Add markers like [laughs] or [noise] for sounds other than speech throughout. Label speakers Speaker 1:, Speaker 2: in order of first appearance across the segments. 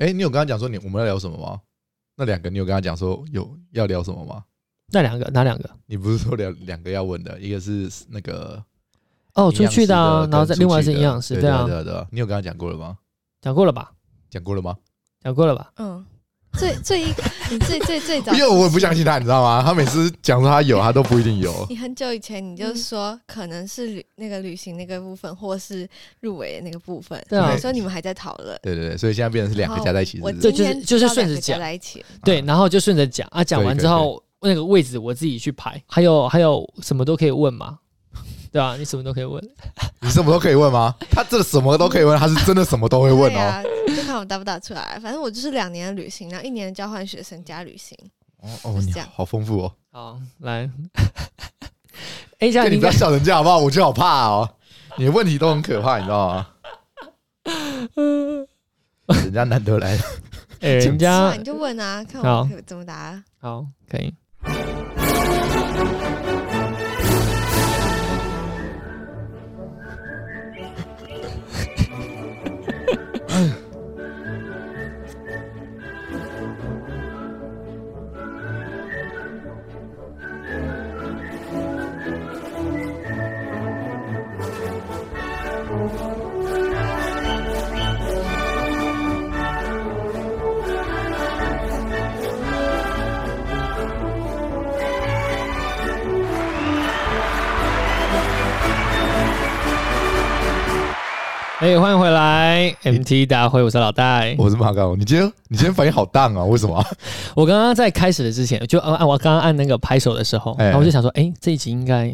Speaker 1: 哎、你有跟他讲说你我们要聊什么吗？那两个你有跟他讲说有要聊什么吗？
Speaker 2: 那两个哪两个？
Speaker 1: 你不是说两两个要问的，一个是那个
Speaker 2: 哦，
Speaker 1: 营
Speaker 2: 出
Speaker 1: 养
Speaker 2: 去
Speaker 1: 师
Speaker 2: 的啊，
Speaker 1: 跟
Speaker 2: 然后再
Speaker 1: 出
Speaker 2: 另外
Speaker 1: 去
Speaker 2: 是
Speaker 1: 的
Speaker 2: 营养师，
Speaker 1: 对
Speaker 2: 啊
Speaker 1: 对，啊对啊，你有跟他讲过了吗？
Speaker 2: 讲过了吧？
Speaker 1: 讲过了吗？
Speaker 2: 讲过了吧？
Speaker 3: 嗯，最最一个，你最最
Speaker 1: [laughs]
Speaker 3: 最早，
Speaker 1: 因为我也不相信他，你知道吗？他每次讲说他有，他都不一定
Speaker 3: [laughs]
Speaker 1: 有。
Speaker 3: 你很久以前你
Speaker 2: 嗯
Speaker 3: 就说可能是旅那个旅行那个部分，或是入围的那个部分，
Speaker 2: 对啊
Speaker 3: 你说你们还在讨论，
Speaker 1: 对对对，所以现在变成是两个加在一起，是
Speaker 3: 我
Speaker 1: 不是
Speaker 2: 这
Speaker 3: 今
Speaker 2: 就是
Speaker 3: 天
Speaker 2: 就是
Speaker 3: 知道
Speaker 2: 顺着
Speaker 3: 两个加
Speaker 2: 讲
Speaker 3: 在一起，
Speaker 1: 啊
Speaker 2: 对，然后就顺着讲啊，讲
Speaker 1: 可以
Speaker 2: 完
Speaker 1: 可以
Speaker 2: 之后那个位置我自己去排，还有还有什么都可以问嘛， [laughs] 对啊，你什么都可以问，
Speaker 1: 你什么都可以问吗？他这什么都可以问，他是真的什么都会问
Speaker 3: 对
Speaker 1: 哦。
Speaker 3: 啊，就看我答不答出来。反正我就是两年的旅行，然后一年的交换学生加旅行。
Speaker 1: 哦哦，
Speaker 3: 是
Speaker 1: 你
Speaker 3: 这样
Speaker 1: 好丰富哦！
Speaker 2: 好来， [laughs] 哎，这样
Speaker 1: 对
Speaker 2: 你
Speaker 1: 你
Speaker 2: 应
Speaker 1: 不要
Speaker 2: 该
Speaker 1: 笑人家好不好？我就好怕哦，你的问题都很可怕，你知道
Speaker 2: [laughs]
Speaker 1: 吗？人家难得
Speaker 2: [laughs]
Speaker 1: 来，
Speaker 2: 哎人
Speaker 3: 是
Speaker 2: 家
Speaker 3: 啊你就问啊，看
Speaker 2: 好
Speaker 3: 我可以怎么答。啊
Speaker 2: 好可以。哎、欢迎回来，MT 大会，我是老戴。
Speaker 1: 我是马高。你今天你今天反应好淡啊？为什么啊？
Speaker 2: 我刚刚在开始的之前，就按按我刚刚按那个拍手的时候，
Speaker 1: 哎
Speaker 2: 然后我就想说，哎、这一集应该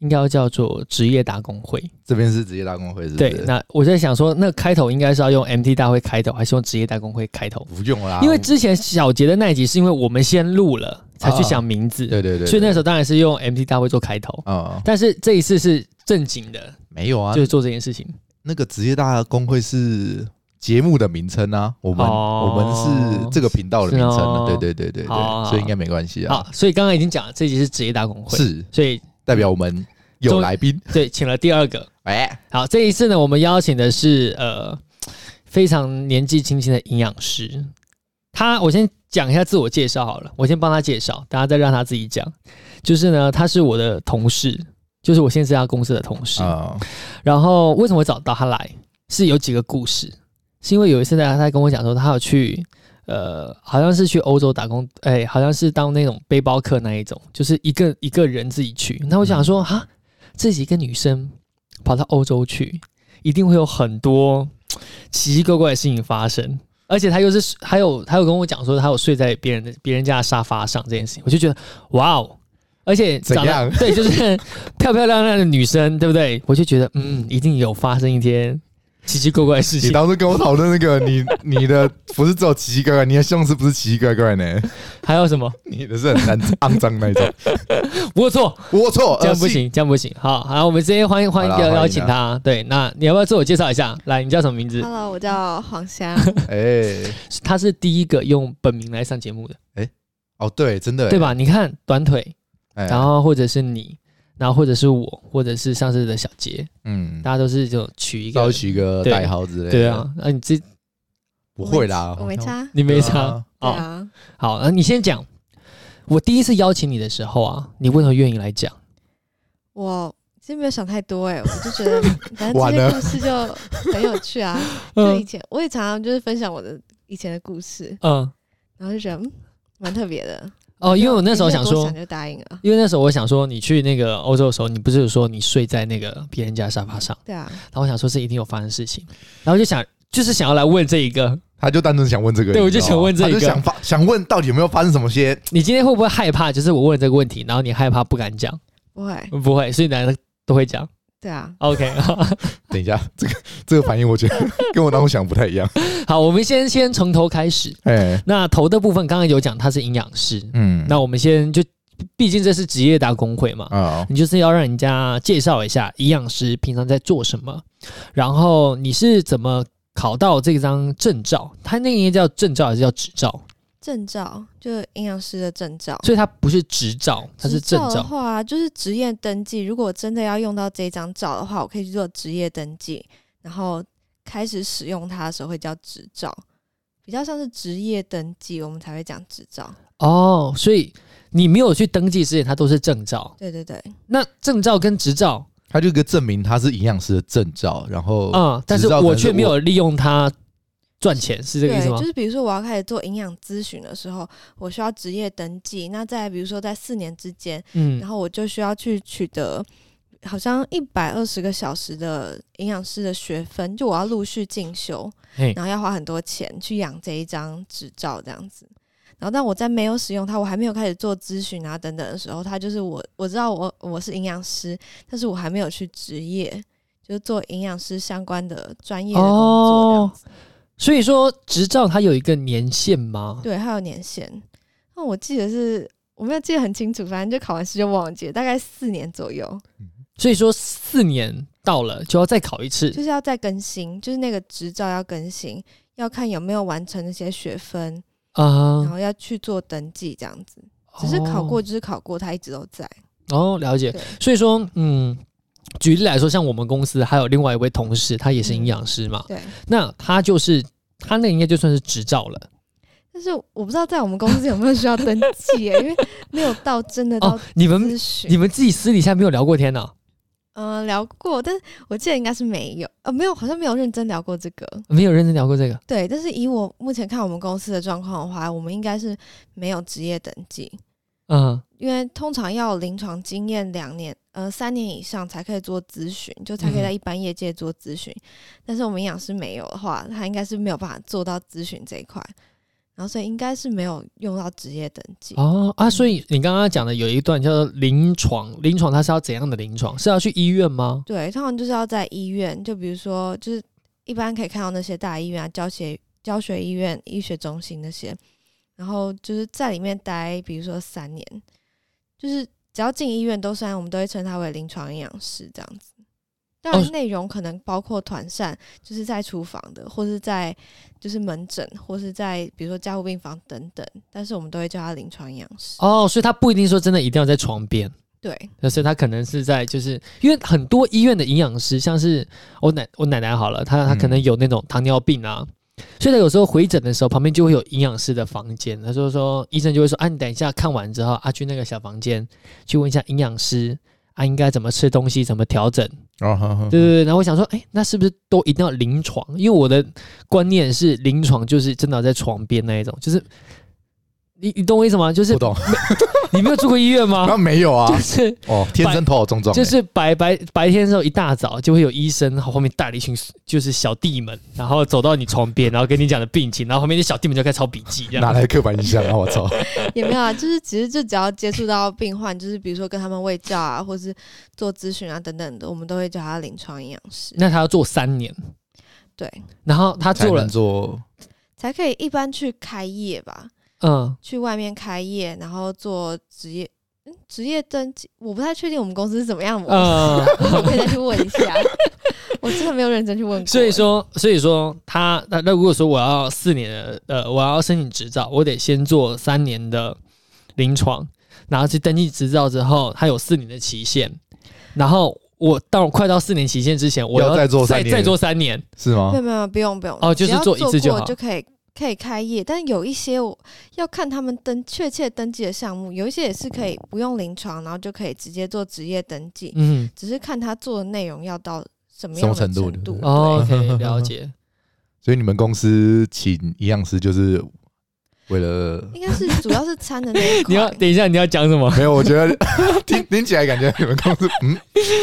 Speaker 2: 应该要叫做职业打工会。
Speaker 1: 这边是职业大工会，是不
Speaker 2: 对
Speaker 1: 是？，
Speaker 2: 那我在想说，那个开头应该是要用 MT 大会开头，还是用职业代工会开头？
Speaker 1: 不用啦，
Speaker 2: 因为之前小杰的那一集是因为我们先录了才去想名字，
Speaker 1: 啊对对对，
Speaker 2: 所以那时
Speaker 1: 候
Speaker 2: 候当然是用 MT 大会做开头。
Speaker 1: 啊
Speaker 2: 但是这一次是正经的，
Speaker 1: 没有啊
Speaker 2: 就，是做这件事情。
Speaker 1: 那个职业大工会是节目的名称啊，我们、
Speaker 2: 哦
Speaker 1: 我们是这个频道的名称、啊
Speaker 2: 是哦
Speaker 1: 对对对对对，
Speaker 2: 好好好
Speaker 1: 所以应该没关系啊。
Speaker 2: 好，所以刚刚已经讲了，这一集是职业打工会，
Speaker 1: 是
Speaker 2: 所以
Speaker 1: 代表我们有来宾，
Speaker 2: 对，请了第二个。
Speaker 1: 哎，
Speaker 2: 好，这一次呢，我们邀请的是呃非常年纪轻轻的营养师。他，我先讲一下自我介绍好了，我先帮他介绍，大家再让他自己讲。就是呢，他是我的同事，就是我现在这家公司的同事。
Speaker 1: 啊、
Speaker 2: 然后为什么会找到他来？是有几个故事，是因为有一次呢，他跟我讲说，他有去呃，好像是去欧洲打工，哎、好像是当那种背包客那一种，就是一个一个人自己去。那我想
Speaker 1: 嗯
Speaker 2: 说，哈、自己一个女生跑到欧洲去，一定会有很多嘖奇奇怪怪的事情发生。而且他又是还有他有跟我讲说，他有睡在别人的别人家的沙发上这件事情，我就觉得哇哦！而且长
Speaker 1: 怎
Speaker 2: 得
Speaker 1: 样
Speaker 2: 对，就是漂漂亮亮的女生，对不对？我就觉得嗯，一定有发生一些奇奇怪怪的事
Speaker 1: 你
Speaker 2: 情。
Speaker 1: 当时跟我讨论那个，你你的不是只有奇奇怪怪，你的胸是不是奇奇怪怪呢？ [laughs]
Speaker 2: 还有什么？
Speaker 1: 你的是很肮肮脏那一种，
Speaker 2: 龌龊，
Speaker 1: 龌龊，
Speaker 2: [laughs] 这样不
Speaker 1: 恶心。
Speaker 2: 行，这样不行。好，好，我们直接欢迎欢迎
Speaker 1: 呃好啦
Speaker 2: 邀
Speaker 1: 欢迎
Speaker 2: 邀请他。对，那你要不要自我介绍一下？来，你叫什么名字？
Speaker 3: Hello，我叫黄香，
Speaker 1: 哎，
Speaker 2: 他是第一个用本名来上节目的，
Speaker 1: 哦对，真的，
Speaker 2: 对？吧？你看短腿，
Speaker 1: 哎、
Speaker 2: 然后或者是你，然后或者是我，或者是上次的小杰，
Speaker 1: 嗯，
Speaker 2: 大家都是就取一
Speaker 1: 稍
Speaker 2: 个
Speaker 1: 微，取一个代号之类的，
Speaker 2: 对，啊。那你这
Speaker 1: 不会啦，哦
Speaker 3: 我没差。
Speaker 2: 你没
Speaker 1: 对
Speaker 2: 差
Speaker 1: 啊
Speaker 3: 对
Speaker 2: 哦。
Speaker 3: 啊，
Speaker 2: 好，那你先讲。我第一次邀请你的时候啊，你为何愿意来讲？
Speaker 3: 我其实没有想太多哎、我就
Speaker 1: [laughs]
Speaker 3: 觉得反正
Speaker 1: 完
Speaker 3: 这
Speaker 1: 了
Speaker 3: 些故事就很有趣啊。就以
Speaker 2: 嗯
Speaker 3: 前我也常常就是分享我的以前的故事，
Speaker 2: 嗯
Speaker 3: 然后就觉得嗯蛮特别的。啊
Speaker 2: 哦，因为我那时候
Speaker 3: 你
Speaker 2: 想
Speaker 3: 没有多
Speaker 2: 说
Speaker 3: 想，就答应了。
Speaker 2: 因为那时候我想说，你去那个欧洲的时候，你不是有说你睡在那个别人家沙发上？
Speaker 3: 对啊，
Speaker 2: 然后我想说，这一定有发生事情，然后就想就是想要来问这一个，
Speaker 1: 他就单纯想问这个，
Speaker 2: 对
Speaker 1: 你知道吗
Speaker 2: 我就想问这一
Speaker 1: 他
Speaker 2: 个
Speaker 1: 就想发想问到底有没有发生什么些
Speaker 2: 你今天会不会害怕？就是我问这个问题，然后你害怕不敢讲，
Speaker 3: 不会，
Speaker 2: 不会，所以男的都会讲。
Speaker 3: 对啊，
Speaker 2: OK， [laughs]
Speaker 1: 等一下，这个这个反应我觉得跟我当初想不太一样。 [laughs]
Speaker 2: 好，我们先先从头开始。
Speaker 1: 哎，
Speaker 2: 那头的部分刚刚有讲他是营养师，
Speaker 1: 嗯
Speaker 2: 那我们先就，毕竟这是职业打工会嘛，
Speaker 1: 啊、
Speaker 2: 你就是要让人家介绍一下营养师平常在做什么，然后你是怎么考到这张证照？他那个应该叫证照还是叫执照？
Speaker 3: 证照就是营养师的证照。
Speaker 2: 所以它不是执照，它是证
Speaker 3: 的
Speaker 2: 照。
Speaker 3: 话，就是职业登记。如果我真的要用到这张照的话，我可以去做职业登记，然后开始使用它的时候会叫执照。比较像是职业登记，我们才会讲执照。
Speaker 2: 哦，所以你没有去登记之前，它都是证照。
Speaker 3: 对对对，
Speaker 2: 那证照跟执照，
Speaker 1: 他就一个证明他是营养师的证照，然后
Speaker 2: 嗯，但是
Speaker 1: 执照可能
Speaker 2: 我
Speaker 1: 是
Speaker 2: 却没有利用它赚钱，是这个意思
Speaker 3: 对，
Speaker 2: 吗
Speaker 3: 就？是比如说我要开始做营养咨询的时候，我需要职业登记。那在比如说在四年之间，
Speaker 2: 嗯
Speaker 3: 然，后我就需要去取得好像一百二十个小时的营养师的学分，就我要陆续进修
Speaker 2: 嘿，
Speaker 3: 然后要花很多钱去养这一张执照这样子。然后，但我在没有使用它，我还没有开始做咨询啊等等的时候，它就是我我知道我我是营养师，但是我还没有去职业，就是做营养师相关的专业的工作
Speaker 2: 哦
Speaker 3: 这样子。
Speaker 2: 所以说执照它有一个年限吗？
Speaker 3: 对，还有年限。那我记得是我没有记得很清楚，反正就考完试就忘记了，大概四年左右。
Speaker 1: 嗯
Speaker 2: 所以说四年到了就要再考一次。
Speaker 3: 就是要再更新，就是那个执照要更新，要看有没有完成那些学分，然
Speaker 2: 啊，
Speaker 3: 后要去做登记这样子。只是考过就是考过，它一直都在。
Speaker 2: 哦，哦了解
Speaker 3: 对。
Speaker 2: 所以说，嗯，举例来说，像我们公司还有另外一位同事，他也是营
Speaker 3: 嗯
Speaker 2: 养师嘛，
Speaker 3: 对，
Speaker 2: 那他就是他那应该就算是执照了
Speaker 3: 但是我不知道在我们公司有没有需要登记耶、因为没有到真的到
Speaker 2: 哦。你们
Speaker 3: 咨询。
Speaker 2: 你们自己私底下没有聊过天啊呢、
Speaker 3: 嗯、聊过，但是我记得应该是没有，呃，没有，好像没有认真聊过这个。
Speaker 2: 没有认真聊过这个
Speaker 3: 对，但是以我目前看我们公司的状况的话，我们应该是没有职业登记。
Speaker 2: 嗯。
Speaker 3: 因为通常要有临床经验两年，呃，三年以上才可以做咨询，就才可以在
Speaker 2: 嗯
Speaker 3: 一般业界做咨询。但是我们营养师没有的话，他应该是没有办法做到咨询这一块，然后所以应该是没有用到职业登记。
Speaker 2: 哦啊，所以你刚刚讲的有一段叫做临床，临床它是要怎样的临床？是要去医院吗？
Speaker 3: 对，通常就是要在医院，就比如说，就是一般可以看到那些大医院啊，教学教学医院、医学中心那些，然后就是在里面待，比如说三年，就是只要进医院都算，我们都会称它为临床营养师这样子。当
Speaker 2: 哦
Speaker 3: 然，内容可能包括团膳，就是在厨房的，或是在就是门诊，或是在比如说加护病房等等，但是我们都会叫它临床营养师。
Speaker 2: 哦，所以它不一定说真的一定要在床边，
Speaker 3: 对，
Speaker 2: 但是它可能是在就是因为很多医院的营养师，像是我奶我奶奶好了，她她可
Speaker 1: 嗯
Speaker 2: 能有那种糖尿病啊，所以她有时候回诊的时候旁边就会有营养师的房间，她就说医生就会说啊，你等一下看完之后啊去那个小房间去问一下营养师啊应该怎么吃东西，怎么调整。
Speaker 1: 哦呵呵
Speaker 2: 对对对，然后我想说，哎，那是不是都一定要临床？因为我的观念是临床就是真的要在床边那一种，就是你你懂我意思吗？就是
Speaker 1: 不懂，
Speaker 2: 你没有住过医院
Speaker 1: 那
Speaker 2: 吗？
Speaker 1: [laughs] 没有啊
Speaker 2: 就，是
Speaker 1: 哦，天生头好重重欸，
Speaker 2: 就是白白白天的时候一大早就会有医生后面带了一群就是小弟们，然后走到你床边，然后跟你讲的病情，然后后面那小弟们就开始抄笔记，这
Speaker 1: 哪
Speaker 2: 样
Speaker 1: 来的刻板印象啊！我
Speaker 2: [laughs]
Speaker 1: 操，
Speaker 3: 也没有啊， [laughs] 就是其实就只要接触到病患，就是比如说跟他们喂教啊，或是做咨询啊等等的，我们都会叫他临床营养师，
Speaker 2: 那他要做三年，
Speaker 3: 对，
Speaker 2: 然后他
Speaker 1: 才
Speaker 2: 做了
Speaker 1: 能，做
Speaker 3: 才可以一般去开业吧，
Speaker 2: 嗯，
Speaker 3: 去外面开业，然后做职业。嗯职业登记，我不太确定我们公司是怎么样的模式，
Speaker 2: 呃， [laughs]
Speaker 3: 我可以再去问一下。 [laughs] 我真的没有认真去问过。
Speaker 2: 所以，说，所以说他那那如果说我要四年的呃，我要申请执照，我得先做三年的临床，然后去登记执照之后，它有四年的期限，然后我到快到四年期限之前，我
Speaker 1: 要再做三
Speaker 2: 再
Speaker 1: 年
Speaker 2: 再做三年，
Speaker 1: 是吗
Speaker 3: 没？有没有，不用不用。
Speaker 2: 啊哦就是
Speaker 3: 只要
Speaker 2: 做一次就
Speaker 3: 做过
Speaker 2: 好
Speaker 3: 就可以可以开业。但有一些我要看他们登确切登记的项目，有一些也是可以不用临床，然后就可以直接做职业登记，
Speaker 2: 嗯
Speaker 3: 只是看他做的内容要到什么
Speaker 1: 什么
Speaker 3: 样的
Speaker 1: 程度
Speaker 3: 程
Speaker 1: 对
Speaker 3: 度。
Speaker 1: 不对
Speaker 2: 哦，OK，了解，
Speaker 1: 所以你们公司请营养师就是为了
Speaker 3: 对应该是主要是餐的那一
Speaker 2: [laughs]
Speaker 3: 块。
Speaker 2: 你要等一下你要讲什么？
Speaker 1: [laughs] 没有？我觉得听听起来感觉你们公司嗯，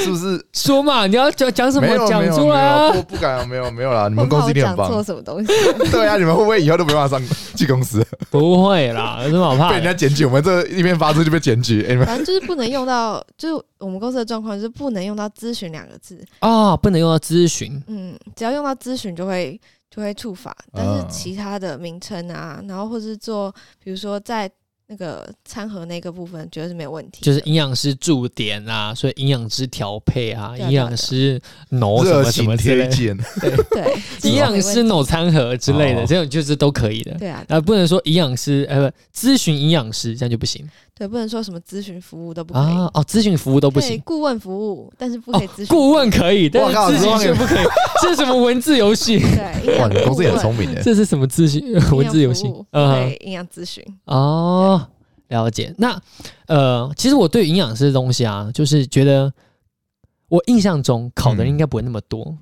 Speaker 1: 是不是
Speaker 2: 说嘛，你要讲讲什么
Speaker 1: 没有？
Speaker 2: 讲
Speaker 1: 没有
Speaker 2: 出
Speaker 1: 没有
Speaker 2: 来啊
Speaker 1: 不！不敢，没有没有啦，你们
Speaker 3: 我怕
Speaker 1: 公
Speaker 3: 我
Speaker 1: 司一定很
Speaker 3: 讲错
Speaker 1: 棒。
Speaker 3: 什么
Speaker 2: [laughs]
Speaker 3: 东西？
Speaker 1: 对啊，你们会不会以后都没办法上去公司，
Speaker 2: 不会啦，有什么好怕
Speaker 1: 被人
Speaker 2: 的？
Speaker 1: 家检举？我们这一边发出就被检举，哎你们
Speaker 3: 反正就是不能用到，就是我们公司的状况就是不能用到咨询两个字。
Speaker 2: 啊，不能用到咨询，
Speaker 3: 嗯，只要用到咨询就会就会触法，但是
Speaker 1: 嗯
Speaker 3: 其他的名称啊，然后或是做，比如说在那个餐盒那个部分，绝对是没有问题的。
Speaker 2: 就是营养师驻点啊，所以营养师调配啊，
Speaker 3: 对啊
Speaker 2: 营养师挪什
Speaker 1: 热
Speaker 2: 么什么
Speaker 1: 情
Speaker 2: 之
Speaker 1: 推
Speaker 2: 类的，，
Speaker 1: 荐，
Speaker 3: 对
Speaker 2: 营养师
Speaker 3: 没问
Speaker 2: 挪餐盒之类的，
Speaker 1: 哦
Speaker 2: 这种就是都可以的
Speaker 3: 题。。对啊，
Speaker 2: 啊，不能说营养师，呃，不，咨询营养师这样就不行。
Speaker 3: 对，不能说什么咨询服务都不可以，
Speaker 2: 啊哦，咨询服务都不
Speaker 3: 可以
Speaker 2: 行。
Speaker 3: 顾问服务，但是不
Speaker 2: 哦
Speaker 3: 可以咨询、，
Speaker 2: 顾问可以，但
Speaker 1: 我
Speaker 2: 是
Speaker 1: 靠
Speaker 2: 咨询
Speaker 1: 咨询
Speaker 2: 是不可以。这是什么文字游戏？
Speaker 3: 对，营
Speaker 1: 哇，
Speaker 3: 养
Speaker 1: 你们公司也很
Speaker 3: 顾
Speaker 1: 聪
Speaker 2: [laughs]
Speaker 3: 问
Speaker 1: 明的，欸
Speaker 2: 这是什么咨询
Speaker 3: 营
Speaker 2: 文
Speaker 3: 养
Speaker 2: 字游
Speaker 3: 服
Speaker 2: 戏
Speaker 3: 务？
Speaker 2: 嗯
Speaker 3: 对，营养咨询，
Speaker 2: 哦，了解。那呃，其实我对营养师的东西啊，就是觉得我印象中考的人
Speaker 1: 嗯
Speaker 2: 应该不会那么多，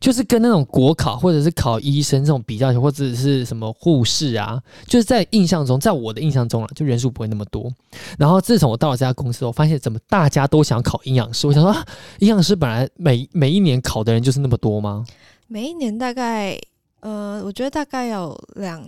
Speaker 2: 就是跟那种国考或者是考医生这种比较起来，或者是什么护士啊，就是在印象中，在我的印象中啊，就人数不会那么多。然后自从我到了这家公司，我发现怎么大家都想考营养师，我想说，啊营养师本来每每一年考的人就是那么多吗？
Speaker 3: 每一年大概，呃，我觉得大概有两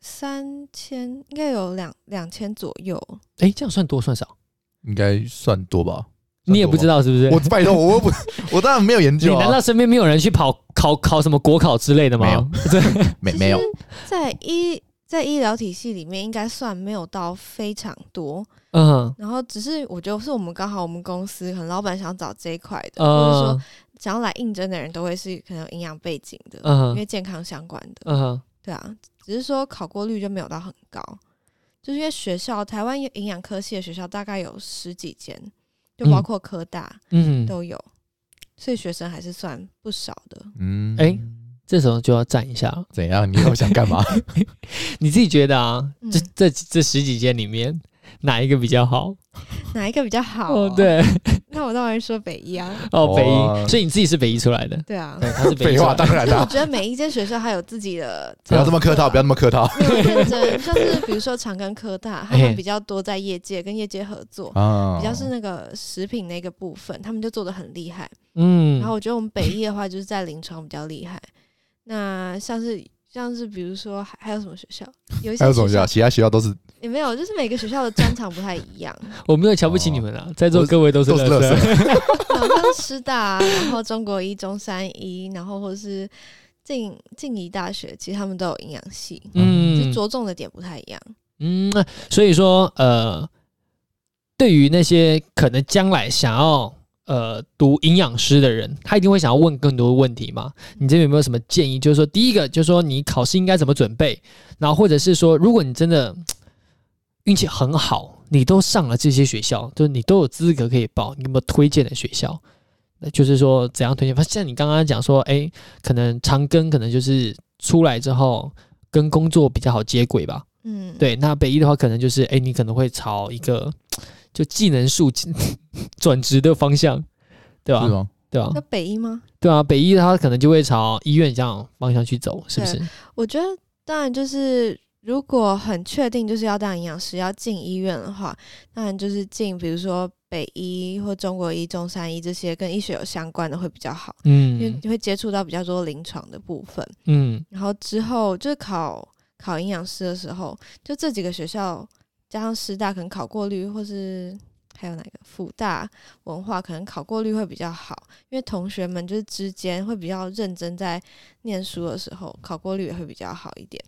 Speaker 3: 三千，应该有两两千左右。
Speaker 2: 诶，这样算多算少？
Speaker 1: 应该算多吧？
Speaker 2: 你也不知
Speaker 1: 道，
Speaker 2: 道是不是？
Speaker 1: 我拜托，我又不，我当然没有研
Speaker 2: 你
Speaker 1: 究
Speaker 2: 难
Speaker 1: 啊，
Speaker 2: 道身边没有人去跑考考什么国考之类的吗？
Speaker 1: 没有
Speaker 2: 对，
Speaker 1: 没没有
Speaker 3: 其，实在医在医疗体系里面，应该算没有到非常多。
Speaker 2: [laughs] 嗯，
Speaker 3: 然后只是我觉得是我们刚好我们公司可能老板想找这一块的，或者
Speaker 2: 嗯
Speaker 3: 说想要来应征的人都会是可能有营养背景的，因
Speaker 2: 嗯
Speaker 3: 为健康相关的。
Speaker 2: 嗯，
Speaker 3: 对啊，只是说考过率就没有到很高，就是因为学校台湾有营养科系的学校大概有十几间，就包
Speaker 2: 嗯
Speaker 3: 括科大
Speaker 2: 嗯，
Speaker 3: 都有，所以学生还是算不少的。 [laughs]
Speaker 1: 嗯，
Speaker 2: 哎这时候就要站一下了。
Speaker 1: 怎样？你又想干
Speaker 2: [laughs]
Speaker 1: 嘛？
Speaker 2: 你自己觉得啊，
Speaker 3: 嗯
Speaker 2: 这这这十几间里面哪一个比较好？
Speaker 3: 哪一个比较好、啊
Speaker 2: 哦，，对，
Speaker 3: 那我当然说北医啊。
Speaker 2: 哦，北
Speaker 1: 哇
Speaker 2: 一，所以你自己是北一出来
Speaker 1: [laughs]
Speaker 2: 的，
Speaker 3: 对啊，
Speaker 2: 对，他是北一
Speaker 1: 废
Speaker 2: 出
Speaker 1: 话，
Speaker 2: 来的
Speaker 1: 当然
Speaker 3: 我
Speaker 2: [laughs]
Speaker 1: 啦，
Speaker 3: 觉得每一间学校还有自己的，
Speaker 1: [laughs] 不要这么客套，不要这么客套
Speaker 3: 没有认真，像是比如说长庚科大，
Speaker 1: 哎
Speaker 3: 他
Speaker 2: 嘿
Speaker 3: 们比较多在业界跟业界合作，
Speaker 1: 啊
Speaker 3: 比较是那个食品那个部分，他们就做的很厉害。
Speaker 2: 嗯，
Speaker 3: 然后我觉得我们北医的话，就是在临床比较厉害。那像是像是比如说还还有什么学校，有一些
Speaker 1: 还有什么
Speaker 3: 学
Speaker 1: 学校？其他学校都是
Speaker 3: 也没有，就是每个学校的专长不太一样，
Speaker 2: 我没有瞧不起你们啊，在座各位都是
Speaker 1: 都是
Speaker 2: 乐
Speaker 1: 垃
Speaker 2: 色，
Speaker 3: 好像师大啊、然后中国医、中山医，然后或是静静宜大学，其实他们都有营养系，就
Speaker 2: 嗯
Speaker 3: 着重的点不太一样。
Speaker 2: 嗯，那所以说呃，对于那些可能将来想要。呃，读营养师的人，他一定会想要问更多的问题嘛？你这边有没有什么建议？就是说，第一个就是说，你考试应该怎么准备？然后或者是说，如果你真的运气很好，你都上了这些学校，就是你都有资格可以报，你有没有推荐的学校？那就是说，怎样推荐？反正像你刚刚讲说，哎，可能长庚可能就是出来之后跟工作比较好接轨吧。
Speaker 3: 嗯，，
Speaker 2: 对，那北医的话，可能就是哎，你可能会朝一个就技能树 [laughs] 转职的方向，对吧？
Speaker 1: 吗？
Speaker 2: 对吧？
Speaker 3: 那北医吗？
Speaker 2: 对啊，北医它可能就会朝医院这样方向去走，是不是？
Speaker 3: 我觉得当然就是，如果很确定就是要当营养师，要进医院的话，当然就是进比如说北医或中国医、中山医这些跟医学有相关的会比较好，因为
Speaker 2: 嗯
Speaker 3: 你会接触到比较多临床的部分。
Speaker 2: 嗯
Speaker 3: 然后之后就是考考营养师的时候，就这几个学校加上师大，可能考过率或是。还有哪个辅大文化可能考过率会比较好，因为同学们就是之间会比较认真在念书的时候，考过率也会比较好一点。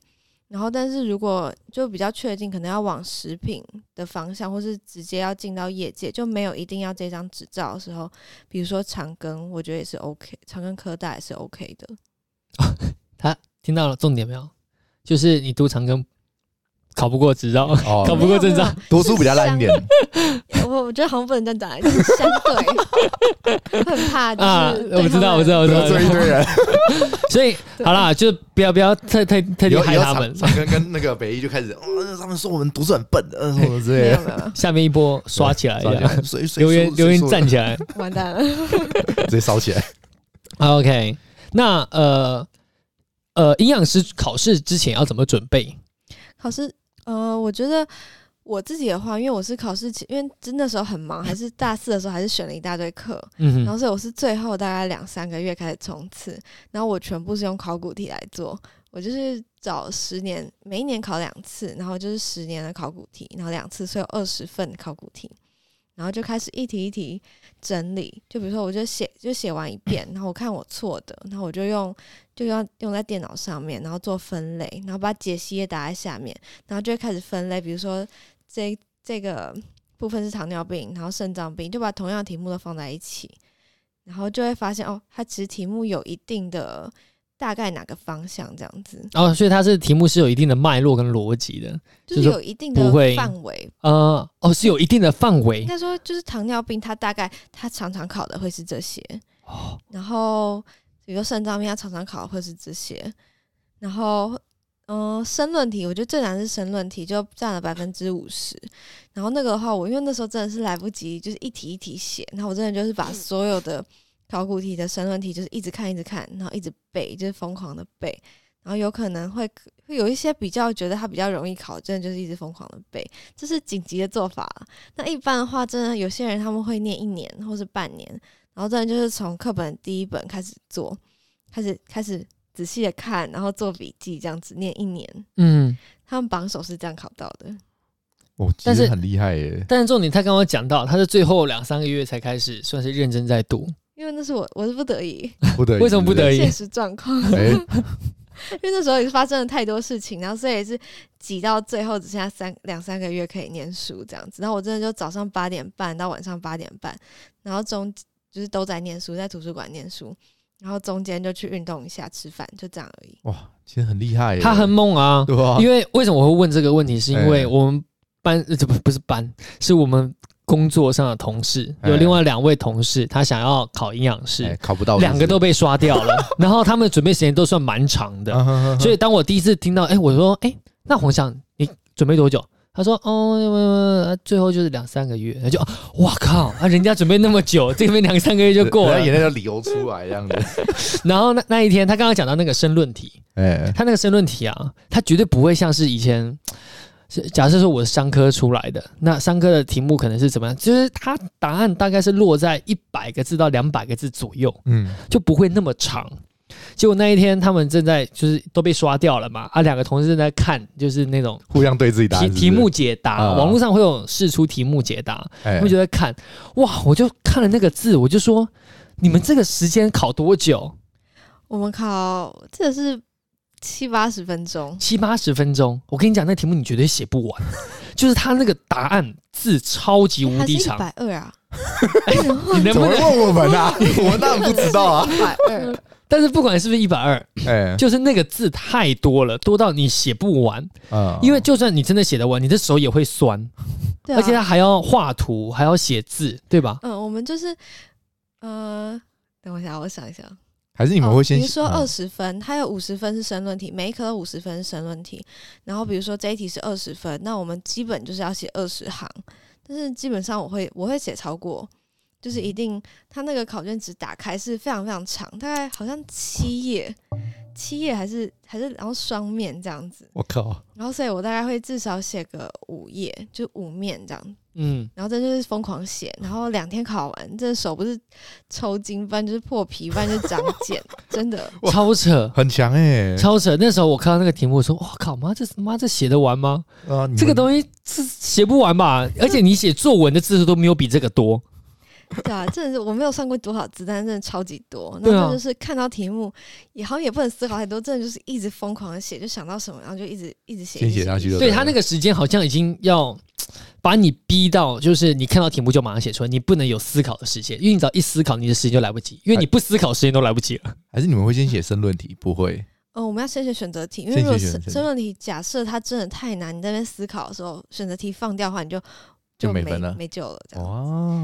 Speaker 3: 然后，但是如果就比较确定，可能要往食品的方向，或是直接要进到业界，就没有一定要这张执照的时候，比如说长庚，我觉得也是 OK，长庚科大也是 OK 的。
Speaker 2: 听到了重点没有？就是你读长庚考不过执照，
Speaker 1: 哦
Speaker 2: 搞，不过
Speaker 3: 没有
Speaker 2: 正常
Speaker 3: 没
Speaker 1: 读
Speaker 3: 有
Speaker 1: 书比较烂一
Speaker 2: [laughs]
Speaker 1: 点，
Speaker 3: 我我觉得好像不能这样讲，啊就是相对， [laughs] 我很怕就是、
Speaker 2: 啊我知道我知道我知道
Speaker 1: [laughs] 得罪一堆人。
Speaker 2: 所以好啦，就不要不要特特特
Speaker 1: 以
Speaker 2: 地
Speaker 1: 后
Speaker 2: 害
Speaker 1: 以后
Speaker 2: 他们。
Speaker 1: 长长庚跟那个北一就开始，哦，他们说我们读书很笨，呃，什么之
Speaker 3: 没
Speaker 1: 类
Speaker 3: 有
Speaker 1: 的。
Speaker 3: 没有，
Speaker 2: 下面一波刷起来，
Speaker 1: 刷
Speaker 2: 这
Speaker 1: 起
Speaker 2: 样
Speaker 1: 来谁谁
Speaker 2: 哎留言
Speaker 1: 说
Speaker 2: 留言
Speaker 1: 谁说
Speaker 2: 站起来。
Speaker 3: 完蛋了。
Speaker 1: 直接烧起来。
Speaker 2: OK，那呃呃，营养师考试之前要怎么准备？
Speaker 3: 考试，呃，我觉得我自己的话，因为我是考试前，因为真的时候很忙，还是大四的时候还是选了一大堆课，
Speaker 2: 嗯
Speaker 3: 然
Speaker 2: 哼，
Speaker 3: 后所以我是最后大概两三个月开始冲刺，然后我全部是用考古题来做，我就是找十年，每一年考两次，然后就是十年的考古题，然后两次，所以有二十份考古题，然后就开始一题一题整理，就比如说我就写就写完一遍，然后我看我错的，然后我就用就要用在电脑上面，然后做分类，然后把解析也打在下面，然后就会开始分类，比如说这这个。部分是糖尿病，然后肾脏病，就把同样题目都放在一起，然后就会发现哦，它其实题目有一定的大概哪个方向这样子，
Speaker 2: 哦，所以它是题目是有一定的脉络跟逻辑的，
Speaker 3: 就
Speaker 2: 就是
Speaker 3: 是有一定
Speaker 2: 不
Speaker 3: 的
Speaker 2: 会
Speaker 3: 范围。
Speaker 2: 呃，哦，是有一定的范围
Speaker 3: 应该说，就是糖尿病，它大概它常常考的会是这些，然后比如说肾脏病，它常常考的会是这些，然后嗯、呃申论题，我觉得最难是申论题，就占了百分之五十。然后那个的话，我因为那时候真的是来不及，就是一题一题写，然后我真的就是把所有的考古题的申论题，就是一直看一直看，然后一直背，就是疯狂的背，然后有可能会会有一些比较觉得它比较容易考，真的就是一直疯狂的背，这是紧急的做法啊啦。那一般的话，真的有些人他们会念一年或是半年，然后真的就是从课本第一本开始做，开始开始仔细的看，然后做笔记这样子念一年。
Speaker 2: 嗯，
Speaker 3: 他们榜首是这样考到的，
Speaker 1: 我其
Speaker 2: 但是
Speaker 1: 实很厉害耶。
Speaker 2: 但是重点他刚刚讲到，他是最后两三个月才开始算是认真在读，
Speaker 3: 因为那是我我是不得已，
Speaker 1: 不得已
Speaker 2: 为什么不得
Speaker 1: 对
Speaker 2: 已
Speaker 3: [laughs] 现实状况，
Speaker 1: 不对？哎，
Speaker 3: 因为那时候也是发生了太多事情，然后所以也是挤到最后只剩下三两三个月可以念书这样子。然后我真的就早上八点半到晚上八点半，然后中就是都在念书，在图书馆念书，然后中间就去运动一下、吃饭，就这样而已。
Speaker 1: 哇，其实很厉害耶。
Speaker 2: 他很猛啊，
Speaker 1: 对吧？
Speaker 2: 因为为什么我会问这个问题，是因为
Speaker 1: 哎
Speaker 2: 我们班呃这不不是班，是我们工作上的同事有
Speaker 1: 哎
Speaker 2: 另外两位同事，他想要考营养师
Speaker 1: 哎，考不到
Speaker 2: 两个都被刷掉了， [laughs] 然后他们的准备时间都算蛮长的，
Speaker 1: 的
Speaker 2: 所以当我第一次听到，哎，我说，哎，那黄翔你准备多久？他说：“哦，呃最后就是两三个月。”他就，哦哇靠！啊，人家准备那么久，这边两三个月就过了
Speaker 1: 眼。泪就流出来这
Speaker 2: [laughs]
Speaker 1: 样子。
Speaker 2: 然后那那一天，他刚刚讲到那个申论题，
Speaker 1: 哎，
Speaker 2: 他那个申论题啊，他绝对不会像是以前，是假设说我是商科出来的，那商科的题目可能是怎么样？就是他答案大概是落在一百个字到两百个字左右，
Speaker 1: 嗯，
Speaker 2: 就不会那么长。结果那一天他们正在就是都被刷掉了嘛，啊，两个同事正在看就是那种
Speaker 1: 互相对自己答案
Speaker 2: 题
Speaker 1: 是不是
Speaker 2: 题目，解答，
Speaker 1: 啊
Speaker 2: 网络上会有试出题目解答，
Speaker 1: 哎
Speaker 2: 他们就在看，哇，我就看了那个字，我就说你们这个时间考多久？
Speaker 3: 我们考这个是七八十分钟，
Speaker 2: 七八十分钟，我跟你讲，那题目你绝对写不完， [laughs] 就是他那个答案字超级无
Speaker 3: 还是
Speaker 2: 敌
Speaker 3: 一
Speaker 2: 长，
Speaker 3: 百二啊？
Speaker 2: [laughs] 你能
Speaker 1: 怎
Speaker 2: 不
Speaker 1: 么会
Speaker 2: 能？
Speaker 1: 问我们啊？我们当然不知道
Speaker 2: [laughs]
Speaker 1: 啊。
Speaker 3: 一百二，
Speaker 2: 但是不管是不是一百二，
Speaker 1: 哎，
Speaker 2: 就是那个字太多了，多到你写不完。
Speaker 1: 嗯
Speaker 2: 因为就算你真的写得完，你的手也会酸，
Speaker 3: 对啊。
Speaker 2: 而且他还要画图，还要写字，对吧？
Speaker 3: 嗯，我们就是呃，等我一下，我想一想。
Speaker 1: 还是你们
Speaker 3: 哦
Speaker 1: 会先
Speaker 3: 比如说
Speaker 1: 嗯
Speaker 3: 二十分，它有五十分是申论题，每一科都五十分是申论题。然后比如说这一题是二十分，那我们基本就是要写二十行，但是基本上我会我会写超过，就是一定它那个考卷纸打开是非常非常长，大概好像七页，七页还是还是然后双面这样子，
Speaker 1: 我靠，
Speaker 3: 然后所以我大概会至少写个五页，就五面这样
Speaker 2: 嗯，
Speaker 3: 然后这就是疯狂写，然后两天考完，这手不是抽筋，不然就是破皮，不然就是长茧，真的。
Speaker 1: 哇
Speaker 2: [laughs] 超扯。
Speaker 1: 很强哎！
Speaker 2: 超扯！那时候我看到那个题目，我说：“哇靠，妈这妈这写得完吗？
Speaker 1: 啊，
Speaker 3: 嗯
Speaker 1: 你们
Speaker 2: 这个东西是写不完吧？而且你写作文的字数都没有比这个多。
Speaker 3: 对啊，真的是我没有上过多少字，但是真的超级多。
Speaker 2: 对啊
Speaker 3: 然后这就是看到题目，也好像也不能思考太多，真的就是一直疯狂的写，就想到什么，然后就一直一直写，
Speaker 1: 先
Speaker 3: 一直
Speaker 1: 写下去
Speaker 3: 一直
Speaker 1: 就
Speaker 2: 对他那个时间好像已经要把你逼到，就是你看到题目就马上写出来，你不能有思考的时间，因为你只要一思考，你的时间就来不及，因为你不思考，时间都来不及了。
Speaker 1: 还是你们会先写申论题？不会，
Speaker 3: 呃，我们要先写选择题，因为
Speaker 1: 先
Speaker 3: 如果
Speaker 1: 写选
Speaker 3: 申
Speaker 1: 择题
Speaker 3: 申论题假设它真的太难，你在那边思考的时候，选择题放掉的话，你就
Speaker 1: 就
Speaker 3: 没
Speaker 1: 没分了哦
Speaker 3: 没救了这
Speaker 2: 哦
Speaker 3: 样。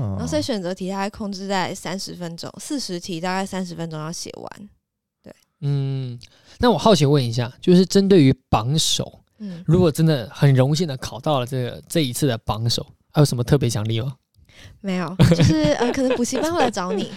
Speaker 1: 哇
Speaker 3: 然后所以选择题大概控制在三十分钟，四十题大概三十分钟要写完。
Speaker 2: 嗯，那我好奇问一下，就是针对于榜首，
Speaker 3: 嗯，
Speaker 2: 如果真的很荣幸的考到了这个这一次的榜首，还有什么特别奖励吗？
Speaker 3: 没有，就是呃，可能补习班会来
Speaker 1: [laughs]
Speaker 3: 找你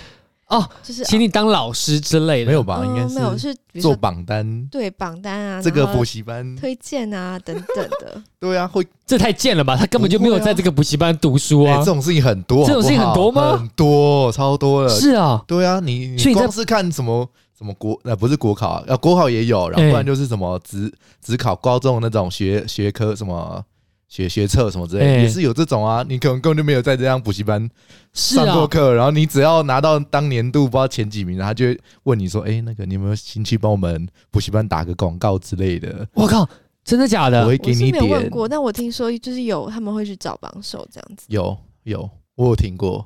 Speaker 2: 哦，
Speaker 3: 就是
Speaker 2: 请你当老师之类的？
Speaker 1: 没有吧？
Speaker 3: 嗯
Speaker 1: 应该
Speaker 3: 没有
Speaker 1: 是
Speaker 3: 是比如
Speaker 1: 做
Speaker 3: 说
Speaker 1: 榜单，
Speaker 3: 对榜单啊，
Speaker 1: 这个
Speaker 3: 然后
Speaker 1: 补习班，
Speaker 3: 推荐啊等等的，
Speaker 1: 对啊，会
Speaker 2: 这太贱了吧！他根本就没有在这个补习班读书
Speaker 1: 哎
Speaker 2: 啊
Speaker 1: 这。种事情很多，
Speaker 2: 这种事情很多
Speaker 1: 好不好
Speaker 2: 吗
Speaker 1: 很多，超多了。
Speaker 2: 是啊，
Speaker 1: 对啊，你
Speaker 2: 所以
Speaker 1: 你
Speaker 2: 你在
Speaker 1: 光是看什么什么国呃不是国考啊，呃国考也有，然后
Speaker 2: 哎
Speaker 1: 不然就是什么只只考高中那种学学科什么学学测什么之类
Speaker 2: 哎
Speaker 1: 的，也是有这种啊。你可能根本就没有在这样补习班
Speaker 2: 是
Speaker 1: 上
Speaker 2: 啊
Speaker 1: 过，课，然后你只要拿到当年度不知道前几名，然后他就会问你说：“哎，那个你有没有兴趣帮我们补习班打个广告之类的
Speaker 2: 我靠，真的假？”的
Speaker 1: 我？ [laughs] 会
Speaker 3: 我
Speaker 1: 给
Speaker 3: 是
Speaker 1: 你一
Speaker 3: 没有问
Speaker 1: 点。
Speaker 3: 过，但我听说就是有他们会去找榜首这样子，
Speaker 1: 有有，我有听过。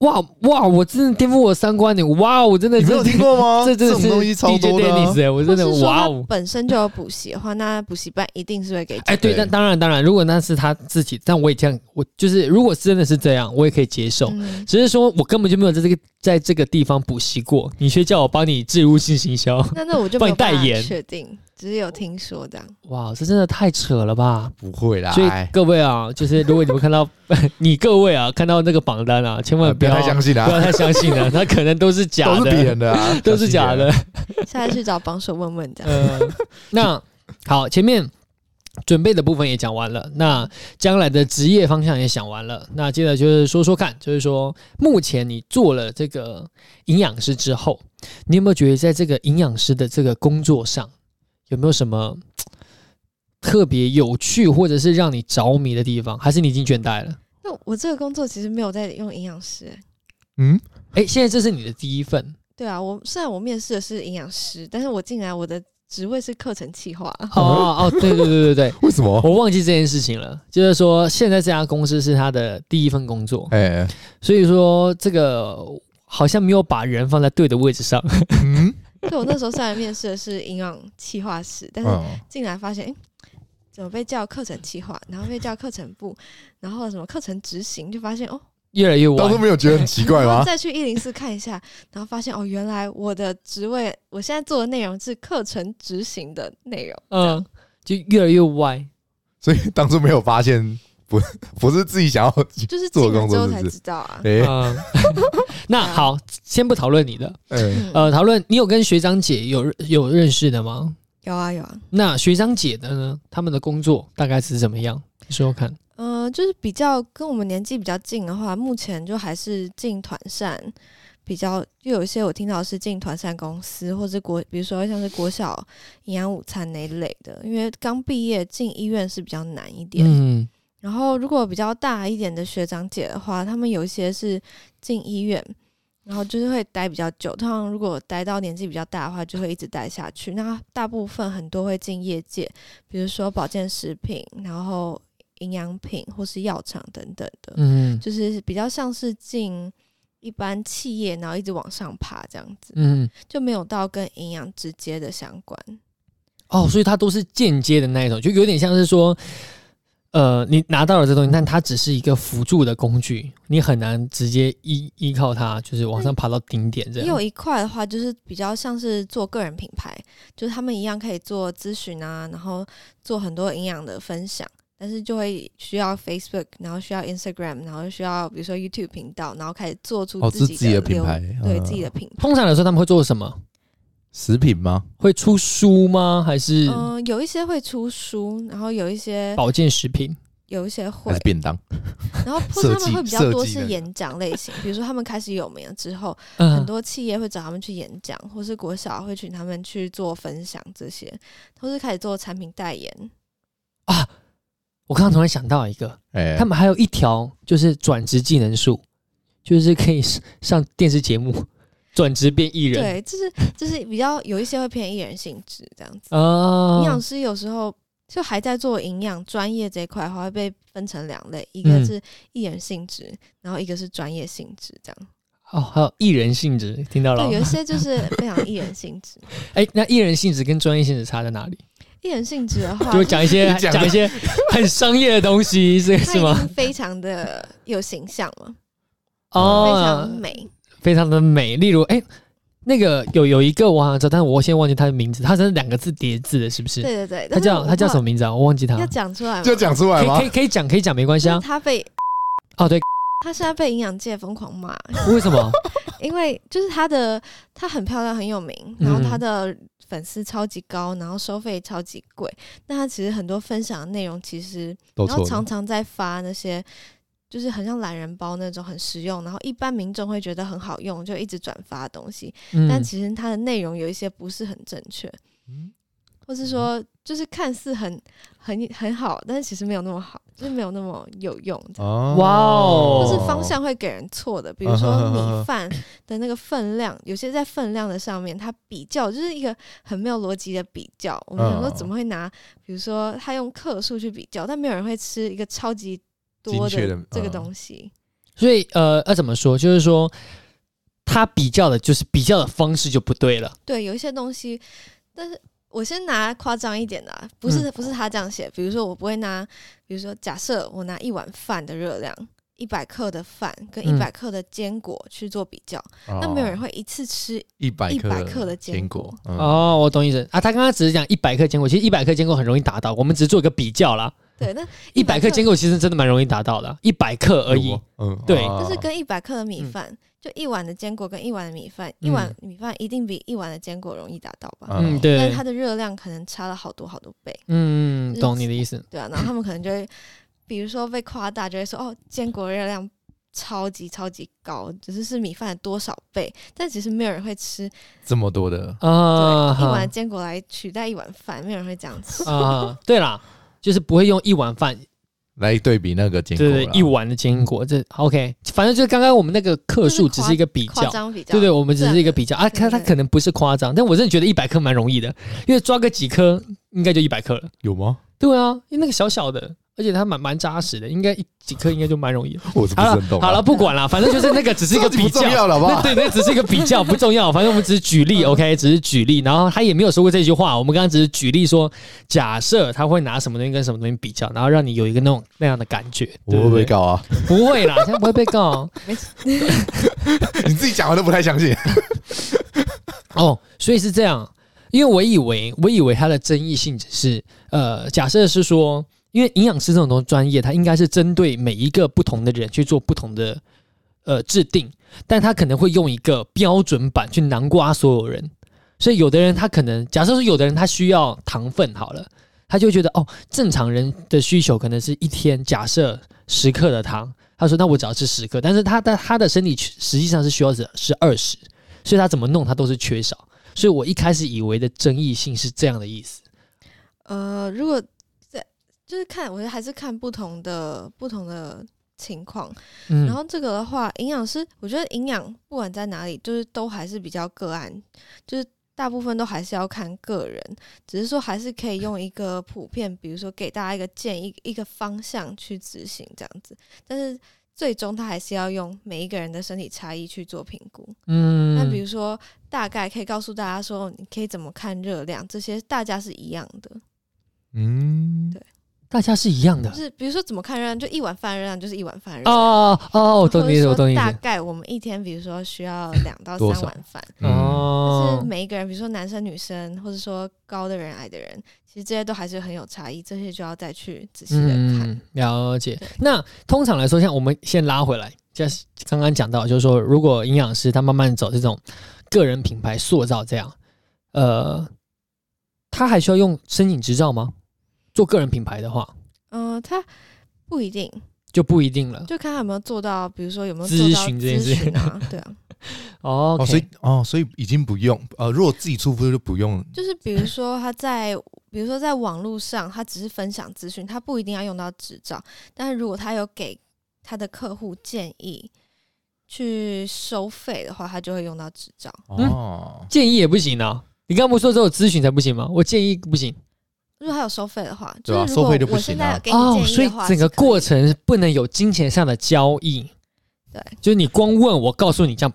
Speaker 2: 哇哇，我真的颠覆我三观你哇，我真的
Speaker 1: 你没有听过吗？
Speaker 2: 这真的
Speaker 1: 种
Speaker 2: 是
Speaker 1: 东西超
Speaker 2: DJ
Speaker 1: 多的啊、
Speaker 2: Dennis 哎，我
Speaker 3: 或
Speaker 2: 真
Speaker 3: 是
Speaker 2: 的
Speaker 3: 说
Speaker 2: 哇
Speaker 3: 他
Speaker 2: 哦！
Speaker 3: 本身就有补习的话，那补习班一定是会给嗯
Speaker 2: 哎，
Speaker 3: 奖。
Speaker 2: 对，
Speaker 1: 对
Speaker 2: 但当然当然，如果那是他自己，但我也这样，我就是如果真的是这样，我也可以接受。
Speaker 3: 嗯
Speaker 2: 只是说我根本就没有在这个在这个地方补习过，你却叫我帮你置入性行销，
Speaker 3: 那那我就
Speaker 2: 帮你
Speaker 3: 没有办
Speaker 2: 代言
Speaker 3: 法确定，只是有听说这样。
Speaker 2: 哇，这真的太扯了吧！
Speaker 1: 不会啦，
Speaker 2: 所以
Speaker 1: 哎
Speaker 2: 各位啊，就是如果你们看到 [laughs] 你各位啊看到那个榜单啊，千万
Speaker 1: 不
Speaker 2: 要
Speaker 1: 要太相信
Speaker 2: 不要
Speaker 1: 啊，
Speaker 2: 太相信了，它可能都是假
Speaker 1: 都是别
Speaker 2: 的，
Speaker 1: 人的啊，
Speaker 2: [laughs] 都是假的。
Speaker 3: 下次去找帮手问问这样。
Speaker 1: 嗯
Speaker 2: 呃，那好，前面准备的部分也讲完了，那将来的职业方向也想完了，那接着就是说说看，就是说目前你做了这个营养师之后，你有没有觉得在这个营养师的这个工作上，有没有什么特别有趣或者是让你着迷的地方？还是你已经倦怠了？
Speaker 3: 那我这个工作其实没有在用营养师、欸
Speaker 1: 嗯，
Speaker 2: 哎、现在这是你的第一份
Speaker 3: 对啊，我虽然我面试的是营养师，但是我进来我的职位是课程企划。 [laughs]
Speaker 2: 哦哦，对对对对对，
Speaker 1: 为什么？
Speaker 2: [laughs] 我忘记这件事情了。就是说，现在这家公司是他的第一份工作，
Speaker 1: 哎、
Speaker 2: 所以说这个好像没有把人放在对的位置上。 [laughs]
Speaker 1: 嗯，
Speaker 3: 对我那时候虽然面试的是营养企划师，但是
Speaker 1: 嗯，
Speaker 3: 进来发现，哎、怎么被叫课程企划，然后被叫课程部，然后什么课程执行，就发现哦，
Speaker 2: 越来越
Speaker 1: 当
Speaker 2: 晚
Speaker 1: 初，没有觉得很奇怪
Speaker 3: 然后
Speaker 1: 吗？
Speaker 3: 再去一零四看一下，然后发现哦，原来我的职位，我现在做的内容是课程执行的内容。
Speaker 2: 嗯，就越来越歪。
Speaker 1: 所以 [laughs] 当初没有发现，不不是自己想要，
Speaker 3: 就是
Speaker 1: 做
Speaker 3: 进来
Speaker 1: 工
Speaker 3: 之
Speaker 1: 作
Speaker 3: 后
Speaker 1: 是
Speaker 3: 才
Speaker 1: 不是
Speaker 3: 知道啊。
Speaker 1: 哎、
Speaker 2: 嗯， [laughs] 那好，先不讨论你的，
Speaker 1: 哎
Speaker 3: 嗯，
Speaker 2: 呃，讨论你有跟学长姐有有认识的吗？
Speaker 3: 有啊有啊，
Speaker 2: 那学长姐的呢？他们的工作大概是怎么样？你说说看。
Speaker 3: 嗯、就是比较跟我们年纪比较近的话，目前就还是进团扇比较，就有一些我听到是进团扇公司，或是国，比如说像是国小营养午餐那一类的，因为刚毕业进医院是比较难一点。
Speaker 2: 嗯，
Speaker 3: 然后如果比较大一点的学长姐的话，他们有一些是进医院，然后就是会待比较久。通常如果待到年纪比较大的话，就会一直待下去。那大部分很多会进业界，比如说保健食品，然后营养品或是药厂等等的，
Speaker 2: 嗯
Speaker 3: 就是比较像是进一般企业，然后一直往上爬这样子，
Speaker 2: 嗯，
Speaker 3: 就没有到跟营养直接的相关。
Speaker 2: 哦，所以它都是间接的那一种，就有点像是说，呃，你拿到了这东西，但它只是一个辅助的工具，你很难直接依依靠它，就是往上爬到顶点这
Speaker 1: 啊
Speaker 3: 也
Speaker 2: 样。
Speaker 3: 有一块的话，就是比较像是做个人品牌，就是他们一样可以做咨询啊，然后做很多营养的分享，但是就会需要 Facebook，然后需要 Instagram，然后需要比如说 YouTube 频道，然后开始做出
Speaker 1: 哦
Speaker 3: 自
Speaker 1: 自己的品
Speaker 3: 流
Speaker 1: 牌
Speaker 3: 对
Speaker 1: 嗯
Speaker 3: 自己的品牌。
Speaker 2: 通常来说，他们会做什么？
Speaker 1: 食品吗？
Speaker 2: 会出书吗？还是
Speaker 3: 嗯、有一些会出书，然后有一些
Speaker 2: 保健食品？
Speaker 3: 有一些会
Speaker 1: 还是，便当？
Speaker 3: 然后或者
Speaker 1: 哎设
Speaker 3: 他
Speaker 1: 计
Speaker 3: 们会比较
Speaker 1: 设
Speaker 3: 多
Speaker 1: 计的
Speaker 3: 是演讲类型，比如说他们开始有名了之后，
Speaker 2: 嗯、
Speaker 3: 很多企业会找他们去演讲，或是国小会请他们去做分享这些，或是开始做产品代言。
Speaker 2: 啊！我刚刚突然想到一个，
Speaker 1: 哎、
Speaker 2: 他们还有一条就是转职技能术，就是可以上上电视节目， [laughs] 转职变艺人。
Speaker 3: 对，就是就是比较有一些会偏艺人性质这样子。
Speaker 2: 啊，
Speaker 3: 营养师有时候就还在做营养专业这一块的话，会被分成两类，一个
Speaker 2: 嗯
Speaker 3: 是艺人性质，然后一个是专业性质这样。
Speaker 2: 哦，还有艺人性质，听到了
Speaker 3: 对，有
Speaker 2: 吗？
Speaker 3: 一些就是非常艺人性质。
Speaker 2: 哎、那艺人性质跟专业性质差在哪里？
Speaker 3: 艺人性质的话，
Speaker 2: 就讲一
Speaker 1: [laughs]
Speaker 2: 些
Speaker 1: 你讲
Speaker 2: 讲一些很商业的东
Speaker 3: [laughs]
Speaker 2: 西，是
Speaker 3: 他
Speaker 2: 是
Speaker 3: 已
Speaker 2: 吗？
Speaker 3: 经非常的有形象了，非常
Speaker 2: [laughs] 哦，
Speaker 3: 美。
Speaker 2: 非常的美。例如，哎、那个有有一个我好像知道，但是我现在忘记他的名字，他是两个字叠字的，是不是？
Speaker 3: 对对对，
Speaker 2: 他叫他叫什么
Speaker 3: 么？
Speaker 2: 名字啊？我忘记他。
Speaker 3: 要讲出来吗？
Speaker 1: 就讲出来
Speaker 2: 可以
Speaker 1: 吗
Speaker 2: 可？以可以讲可以讲没关系
Speaker 3: 就是
Speaker 2: 啊。
Speaker 3: 他被嗯
Speaker 2: 哦对， [laughs]
Speaker 3: 他现在被营养界疯狂骂，
Speaker 2: 为什
Speaker 3: [laughs]
Speaker 2: 么？
Speaker 3: 因为就是她的她很漂亮，很有名，
Speaker 2: 嗯
Speaker 3: 然后她的粉丝超级高，然后收费超级贵。那她其实很多分享的内容，其实
Speaker 1: 都
Speaker 3: 然后
Speaker 1: 错了
Speaker 3: 常，常在发那些就是很像懒人包那种很实用，然后一般民众会觉得很好用，就一直转发的东西。但
Speaker 2: 嗯，
Speaker 3: 其实它的内容有一些不是很正确，
Speaker 1: 嗯
Speaker 3: 或是说
Speaker 2: 嗯
Speaker 3: 就是看似很很很好，但是其实没有那么好，就是没有那么有用这样。
Speaker 1: 哦
Speaker 2: 哇哦
Speaker 3: 或是方向会给人错的，比如
Speaker 1: 啊哈
Speaker 3: 说
Speaker 1: 哈哈
Speaker 3: 米饭的那个分量，有些在分量的上面，它比较就是一个很没有逻辑的比较。我们想说
Speaker 1: 嗯
Speaker 3: 怎么会拿，比如说他用克数去比较，但没有人会吃一个超级多
Speaker 1: 精确的
Speaker 3: 的这个
Speaker 1: 嗯
Speaker 3: 东西，
Speaker 2: 所以呃，要怎么说？就是说，他比较的，就是比较的方式就不对了。
Speaker 3: 对，有一些东西，但是我先拿夸张一点的、啊，不
Speaker 1: 嗯
Speaker 3: 是不是他这样写，比如说我不会拿，比如说假设我拿一碗饭的热量。一百克的饭
Speaker 1: 嗯
Speaker 3: 跟一百克的坚果去做比较，
Speaker 1: 哦
Speaker 3: 那没有人会一次吃
Speaker 1: 一百
Speaker 3: 一百克的
Speaker 1: 坚
Speaker 3: 坚
Speaker 1: 果
Speaker 3: 果，
Speaker 1: 嗯
Speaker 2: 哦，我懂意思啊。他刚刚只是讲一百克坚果，其实一百克坚果很容易达到，我们只是做一个比较啦。
Speaker 3: 对，那
Speaker 2: 一百克坚果其实真的蛮容易达到的，一百克而已
Speaker 1: 有。哦，嗯，
Speaker 2: 对
Speaker 1: 哦
Speaker 3: 就是跟一百克的米
Speaker 2: 嗯
Speaker 3: 饭，就一碗的坚果跟一碗的米饭，一碗米饭一定比一碗的坚果容易达到
Speaker 1: 啊
Speaker 3: 吧？
Speaker 2: 嗯，
Speaker 3: 但
Speaker 2: 对
Speaker 3: 是，它的热量可能差了好多好多倍，
Speaker 2: 嗯，懂你的意思。
Speaker 3: 对啊，然后他们可能就会，比如说被夸大，就会说哦，坚果热量超级超级高，只是是米饭的多少倍，但其实没有人会吃
Speaker 1: 这么多的，
Speaker 2: 啊，
Speaker 3: 对一
Speaker 2: 哈
Speaker 3: 碗坚果来取代一碗饭，没有人会这样吃。
Speaker 2: [laughs] 啊，对啦，就是不会用一碗饭，
Speaker 1: 来对比那个坚果
Speaker 2: 对
Speaker 1: 啦，
Speaker 2: 对，一碗的坚果，这 OK。反正就是刚刚我们那个克数只是一个比
Speaker 3: 夸
Speaker 2: 较，
Speaker 3: 张比较，
Speaker 2: 对对，我们只是一个比较啊，
Speaker 3: 对对
Speaker 2: 看它可能不是夸张，但我真的觉得一百克蛮容易的，因为抓个几颗应该就一百克了。
Speaker 1: 有吗？
Speaker 2: 对啊，因为那个小小的，而且它蛮蛮扎实的，应该一几颗应该就蛮容易的。
Speaker 1: 我是不
Speaker 2: 好
Speaker 1: 是
Speaker 2: 了
Speaker 1: 很懂啊？
Speaker 2: 好了，不管了，反正就是那个只是一个
Speaker 1: 超级
Speaker 2: 比
Speaker 1: 不
Speaker 2: 较
Speaker 1: 重。要了，好不嗯
Speaker 2: 那
Speaker 1: 好？
Speaker 2: 对，那只是一个比较，不重要。反正我们只是举例，OK，只是举例。然后他也没有说过这句话，我们刚刚只是举例说，假设他会拿什么东西跟什么东西比较，然后让你有一个那种那样的感觉。
Speaker 1: 我会不会
Speaker 2: 对
Speaker 1: 搞啊？ [laughs]
Speaker 2: 不对？不会啦，现在不会被告
Speaker 1: 你自己讲我都不太相信。
Speaker 2: 哦。所以是这样，因为我以为我以为它的争议性只是呃，假设是说，因为营养师这种东专业，它应该是针对每一个不同的人去做不同的呃制定，但他可能会用一个标准版去南瓜所有人。所以有的人他可能，假设说有的人他需要糖分好了，他就觉得哦，正常人的需求可能是一天假设十克的糖，他说那我只要吃十克，但是他的他的身体实际上是需要是是二十，所以他怎么弄他都是缺少。所以我一开始以为的争议性是这样的意思。
Speaker 3: 呃，如果在就是看，我觉得还是看不同的不同的情况。
Speaker 2: 嗯
Speaker 3: 然后这个的话，营养师，我觉得营养不管在哪里，就是都还是比较个案，就是大部分都还是要看个人，只是说还是可以用一个普遍，比如说给大家一个建议、一个方向去执行这样子，但是。最终，他还是要用每一个人的身体差异去做评估。
Speaker 2: 嗯
Speaker 3: 那比如说，大概可以告诉大家说，你可以怎么看热量，这些大家是一样的。
Speaker 1: 嗯，
Speaker 2: 大家是一样的
Speaker 3: 就是比如说怎么看热量，就一碗饭热量就是一碗饭热量。
Speaker 2: 哦哦，我懂你意思，
Speaker 3: 或
Speaker 2: 我
Speaker 3: 者
Speaker 2: 懂
Speaker 3: 说
Speaker 2: 你意
Speaker 3: 大
Speaker 2: 思。
Speaker 3: 概我们一天，比如说需要两到
Speaker 1: 多
Speaker 3: 三
Speaker 1: 少
Speaker 3: 碗饭，
Speaker 1: 哦，
Speaker 3: 但
Speaker 2: 哦
Speaker 3: 是，每一个人，比如说男生、女生，或者说高的人、矮的人，其实这些都还是很有差异，这些就要再去仔细的看。
Speaker 2: 嗯，了解
Speaker 3: 对。
Speaker 2: 那通常来说，像我们先拉回来，就是刚刚讲到，就是说，如果营养师他慢慢走这种个人品牌塑造这样，呃，他还需要用申请执照吗？做个人品牌的话
Speaker 3: 嗯、他不一定，
Speaker 2: 就不一定了。
Speaker 3: 就看他有没有做到，比如说有没有做
Speaker 2: 咨
Speaker 3: 到
Speaker 2: 询这件
Speaker 3: 咨
Speaker 2: 事
Speaker 3: 询啊，对啊，
Speaker 2: 哦
Speaker 1: 哦，所以哦，所以已经不用呃，如果自己出不就不用
Speaker 3: 就是比如说他在，比如说在网络上，他只是分享资讯，他不一定要用到执照。但是如果他有给他的客户建议去收费的话，他就会用到执照。
Speaker 2: 嗯
Speaker 1: 哦。
Speaker 2: 建议也不行啊。你刚刚不是说只有咨询才不行吗？我建议不行
Speaker 3: 如果他有收费的话，
Speaker 1: 对啊
Speaker 3: 是如果
Speaker 1: 收费就不
Speaker 3: 我
Speaker 1: 行
Speaker 3: 现
Speaker 1: 啊
Speaker 3: 在有给你
Speaker 2: 哦所
Speaker 3: 建议
Speaker 2: 以
Speaker 3: 的话，
Speaker 2: 整个
Speaker 3: 是可以
Speaker 2: 过程不能有金钱上的交易。
Speaker 3: 对，
Speaker 2: 就是你光问我，告诉你这样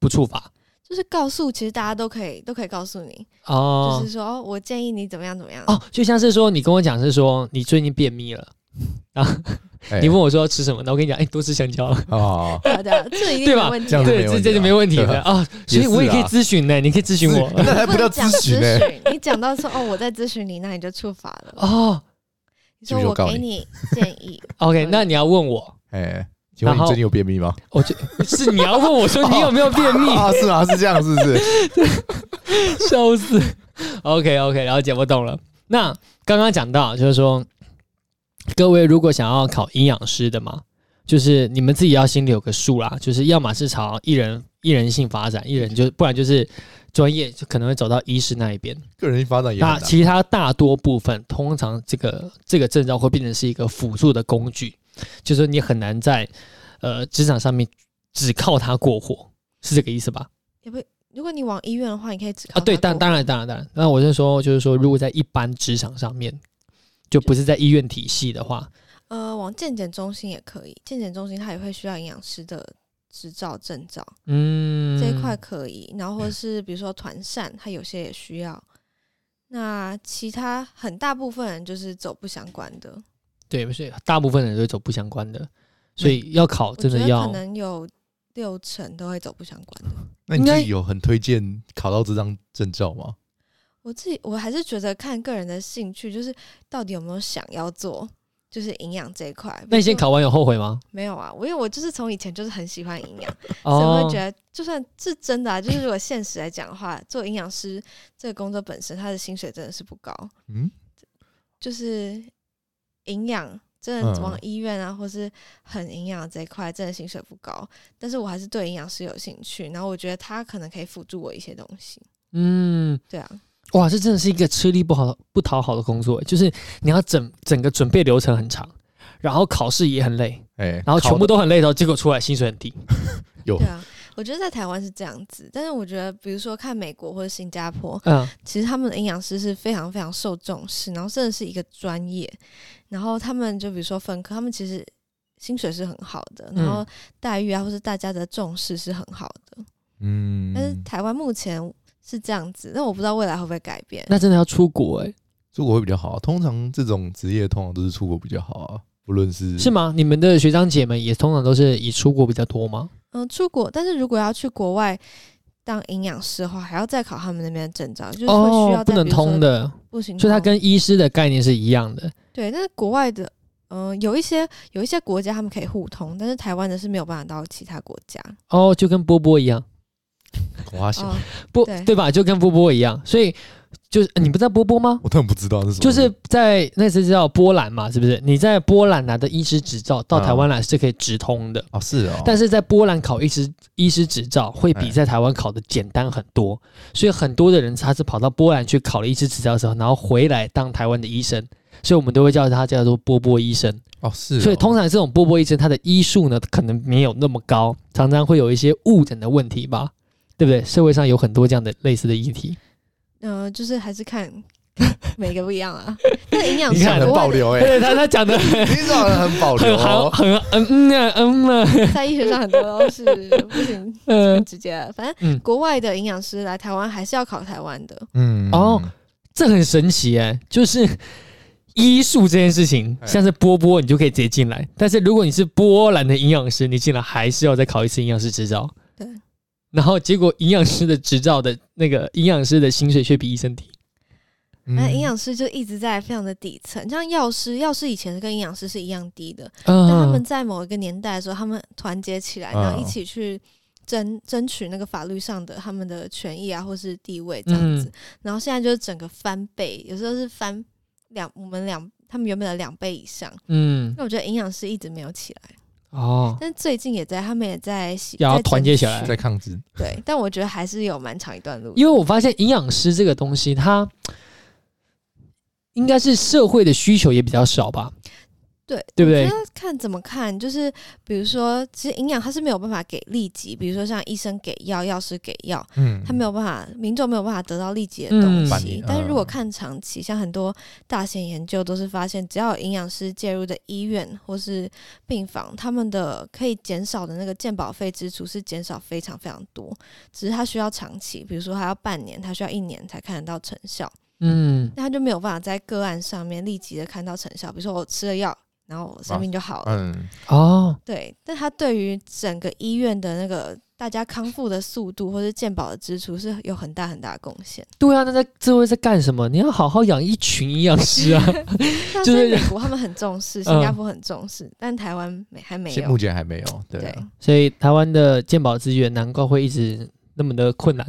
Speaker 2: 不处罚
Speaker 3: 就是告诉，其实大家都可以都可以告诉你，
Speaker 2: 哦。
Speaker 3: 就是说哦我建议你怎么样怎么样。
Speaker 2: 哦，就像是说你跟我讲是说你最近便秘了， [laughs] 啊
Speaker 1: 哎
Speaker 2: 你问我说要吃什么，那我跟你讲，哎，多吃香蕉，
Speaker 1: 哦，
Speaker 3: [laughs] 对啊对啊，这一定
Speaker 2: 对吧
Speaker 3: 没问题
Speaker 1: 这
Speaker 3: 啊。
Speaker 1: 样子
Speaker 2: 对，
Speaker 1: 没问
Speaker 2: 这
Speaker 1: 题
Speaker 2: 这就
Speaker 1: 啊
Speaker 2: 没问题
Speaker 1: 对 [laughs]
Speaker 2: 的啊。所
Speaker 1: 也
Speaker 2: 以我也
Speaker 1: 是
Speaker 2: 可以
Speaker 1: 啊
Speaker 2: 咨询呢，你可以咨询我
Speaker 1: [laughs] 咨那还不叫
Speaker 3: 能讲
Speaker 1: 咨询呢
Speaker 3: 咨询你讲到说哦，我在咨询你，那你就触法了。
Speaker 2: 哦。
Speaker 3: 你
Speaker 1: 就
Speaker 3: 说我
Speaker 1: 有告
Speaker 3: 给你建议， [laughs]
Speaker 2: OK，那你要问我，
Speaker 1: 哎，请问你
Speaker 2: 然后
Speaker 1: 最近有便秘吗？
Speaker 2: 我就是你要问我说你有没有便
Speaker 1: [laughs]
Speaker 2: 秘， [laughs] 哦
Speaker 1: 啊，是啊，是这样，是不是？ [laughs]
Speaker 2: 笑死。OK [laughs] OK，了解，我懂了。那刚刚讲到，就是说，各位如果想要考营养师的嘛，就是你们自己要心里有个数啦，就是要么是朝一人一人性发展，一人就不然就是专业就可能会走到医师那一边。
Speaker 1: 个人发展也
Speaker 2: 那
Speaker 1: 很难
Speaker 2: 其他大多部分，通常这个这个证照会变成是一个辅助的工具，就是你很难在呃职场上面只靠它过活，是这个意思吧？
Speaker 3: 也不，如果你往医院的话，你可以只
Speaker 2: 啊，对，当
Speaker 3: 但
Speaker 2: 当然当然当然。那我是说，就是说，如果在一般职场上面，就不是在医院体系的话，
Speaker 3: 呃，往健检中心也可以，健检中心它也会需要营养师的执照证照，
Speaker 2: 嗯，
Speaker 3: 这一块可以。然后或者是比如说团膳，它有些也需要。那其他很大部分人就是走不相关的，
Speaker 2: 对，所以大部分人都会走不相关的，所以要考
Speaker 3: 我
Speaker 2: 真
Speaker 3: 觉
Speaker 2: 的
Speaker 3: 得
Speaker 2: 要
Speaker 3: 可能有六成都会走不相
Speaker 2: [laughs]
Speaker 3: 关的。
Speaker 1: 那你
Speaker 2: 应
Speaker 1: 自
Speaker 2: 该
Speaker 1: 己有很推荐考到这张证照吗？
Speaker 3: 我自己我还是觉得看个人的兴趣，就是到底有没有想要做，就是营养这一块。比
Speaker 2: 那你
Speaker 3: 如
Speaker 2: 先
Speaker 3: 说
Speaker 2: 考完有后悔
Speaker 3: [laughs]
Speaker 2: 吗？
Speaker 3: 没有啊？我因为我就是从以前就是很喜欢营养，所以我
Speaker 2: 哦
Speaker 3: 会觉，得就算是真的啊，就是如果现实来讲的话，做营养师这个工作本身，他的薪水真的是不高，
Speaker 1: 嗯，
Speaker 3: 就是营养真的
Speaker 1: 嗯
Speaker 3: 往医院啊，或是很营养这一块，真的薪水不高。但是我还是对营养师有兴趣，然后我觉得他可能可以辅助我一些东西。
Speaker 2: 嗯，
Speaker 3: 对啊，
Speaker 2: 哇，这真的是一个吃力不好不讨好的工作，欸就是你要整整个准备流程很长，然后考试也很累，
Speaker 1: 哎，
Speaker 2: 然后全
Speaker 1: 考
Speaker 2: 部
Speaker 1: 的
Speaker 2: 都很累的时候，结果出来薪水很低。
Speaker 1: 有
Speaker 3: 对啊，我觉得在台湾是这样子，但是我觉得比如说看美国或者新加坡，
Speaker 2: 嗯，
Speaker 3: 其实他们的营养师是非常非常受重视，然后真的是一个专业。然后他们就比如说分科，他们其实薪水是很好的，
Speaker 2: 嗯
Speaker 3: 然后待遇啊，或是大家的重视是很好的。
Speaker 1: 嗯，
Speaker 3: 但是台湾目前是这样子，但我不知道未来会不会改变。
Speaker 2: 那真的要出国哎、
Speaker 1: 出国会比较好啊。通常这种职业通常都是出国比较好啊，不论是
Speaker 2: 是吗？你们的学长姐们也通常都是以出国比较多吗？
Speaker 3: 嗯，出国，但是如果要去国外当营养师的话，还要再考他们那边的证照，就是会需要
Speaker 2: 哦，不
Speaker 3: 再
Speaker 2: 能
Speaker 3: 比如说嗯
Speaker 2: 通的，
Speaker 3: 不行通，
Speaker 2: 所以它跟医师的概念是一样的。
Speaker 3: 对，但是国外的。嗯，有一些有一些国家他们可以互通，但是台湾的是没有办法到其他国家。
Speaker 2: 哦，就跟波波一样，
Speaker 1: 花小，
Speaker 3: 哦
Speaker 2: 波
Speaker 3: 对
Speaker 2: 对吧？就跟波波一样，所以就是呃你不知道波波吗？
Speaker 1: 我当然不知道是什么，
Speaker 2: 就是在那次叫波兰嘛，是不是？你在波兰拿的医师执照到
Speaker 1: 嗯
Speaker 2: 台湾来是可以直通的，
Speaker 1: 哦，是哦，
Speaker 2: 但是在波兰考医师医师执照会比
Speaker 1: 哎
Speaker 2: 在台湾考的简单很多，所以很多的人他是跑到波兰去考了医师执照之后，然后回来当台湾的医生，所以我们都会叫他叫做波波医生。
Speaker 1: 哦是哦，
Speaker 2: 所以通常这种波波医生他的医术呢，可能没有那么高，常常会有一些误诊的问题吧，对不对？社会上有很多这样的类似的议题。
Speaker 3: 呃，就是还是看每个不一样
Speaker 2: [laughs]
Speaker 3: 啊。那营养
Speaker 2: 你
Speaker 3: 师
Speaker 2: 看
Speaker 1: 很
Speaker 3: 国
Speaker 1: 保
Speaker 3: 外的
Speaker 1: 留哎，
Speaker 2: 对他他讲的很
Speaker 1: 你长得很保留
Speaker 2: 很
Speaker 1: 哦
Speaker 2: 好，，很嗯嗯啊嗯啊，
Speaker 3: 在医学上很多都是不行，
Speaker 2: [laughs] 嗯，
Speaker 3: 直接的反正、
Speaker 2: 嗯
Speaker 3: 国外的营养师来台湾还是要考台湾的。
Speaker 1: 嗯
Speaker 2: 哦，这很神奇哎、就是医术这件事情，
Speaker 1: 哎
Speaker 2: 像是波波你就可以直接进来，但是如果你是波兰的营养师，你进来还是要再考一次营养师执照。
Speaker 3: 对。
Speaker 2: 然后结果营养师的执照的那个营养师的薪水却比医生低。
Speaker 3: 那
Speaker 1: 嗯
Speaker 3: 营养师就一直在非常的底层，像药师，药师以前跟营养师是一样低的，
Speaker 2: 嗯
Speaker 3: 但他们在某一个年代的时候，他们团结起来，然后一
Speaker 1: 嗯
Speaker 3: 起去。争争取那个法律上的他们的权益啊，或是地位这样子，
Speaker 2: 嗯
Speaker 3: 然后现在就是整个翻倍，有时候是翻两我们两他们原本的两倍以上，
Speaker 2: 嗯
Speaker 3: 那我觉得营养师一直没有起来，
Speaker 2: 哦，
Speaker 3: 但最近也在，他们也在洗
Speaker 2: 也要
Speaker 3: 在
Speaker 2: 团结起来
Speaker 3: 争取
Speaker 1: 在抗击，
Speaker 3: 对，但我觉得还是有蛮长一段路的。
Speaker 2: 因为我发现营养师这个东西，它应该是社会的需求也比较少吧？
Speaker 3: 对
Speaker 2: 对不对
Speaker 3: 我觉得看怎么看，就是比如说，其实营养它是没有办法给立即，比如说像医生给药、药师给药，
Speaker 1: 嗯，
Speaker 3: 他没有办法，民众没有办法得到立即的东
Speaker 2: 嗯
Speaker 1: 反
Speaker 3: 西
Speaker 1: 应。
Speaker 3: 但是如果
Speaker 1: 嗯
Speaker 3: 看长期，像很多大型研究都是发现，只要有营养师介入的医院或是病房，他们的可以减少的那个健保费支出是减少非常非常多，只是它需要长期，比如说还要半年，它需要一年才看得到成效，
Speaker 2: 嗯
Speaker 3: 那他就没有办法在个案上面立即的看到成效。比如说我吃了药，然后我生病就好了，
Speaker 1: 嗯，
Speaker 2: 哦，
Speaker 3: 对，但他对于整个医院的那个大家康复的速度，或是健保的支出是有很大很大的贡献。
Speaker 2: 对啊，那在这会在干什么？你要好好养一群营养师
Speaker 3: [laughs]
Speaker 2: 啊！
Speaker 3: 像
Speaker 2: 就是
Speaker 3: 是美国他们很重视，新加坡很重视，但台湾没还没
Speaker 1: 现目
Speaker 3: 有。
Speaker 1: 前还没有，对
Speaker 3: 对
Speaker 1: 啊，
Speaker 2: 所以台湾的健保资源难怪会一直那么的
Speaker 3: [laughs]
Speaker 2: 困难。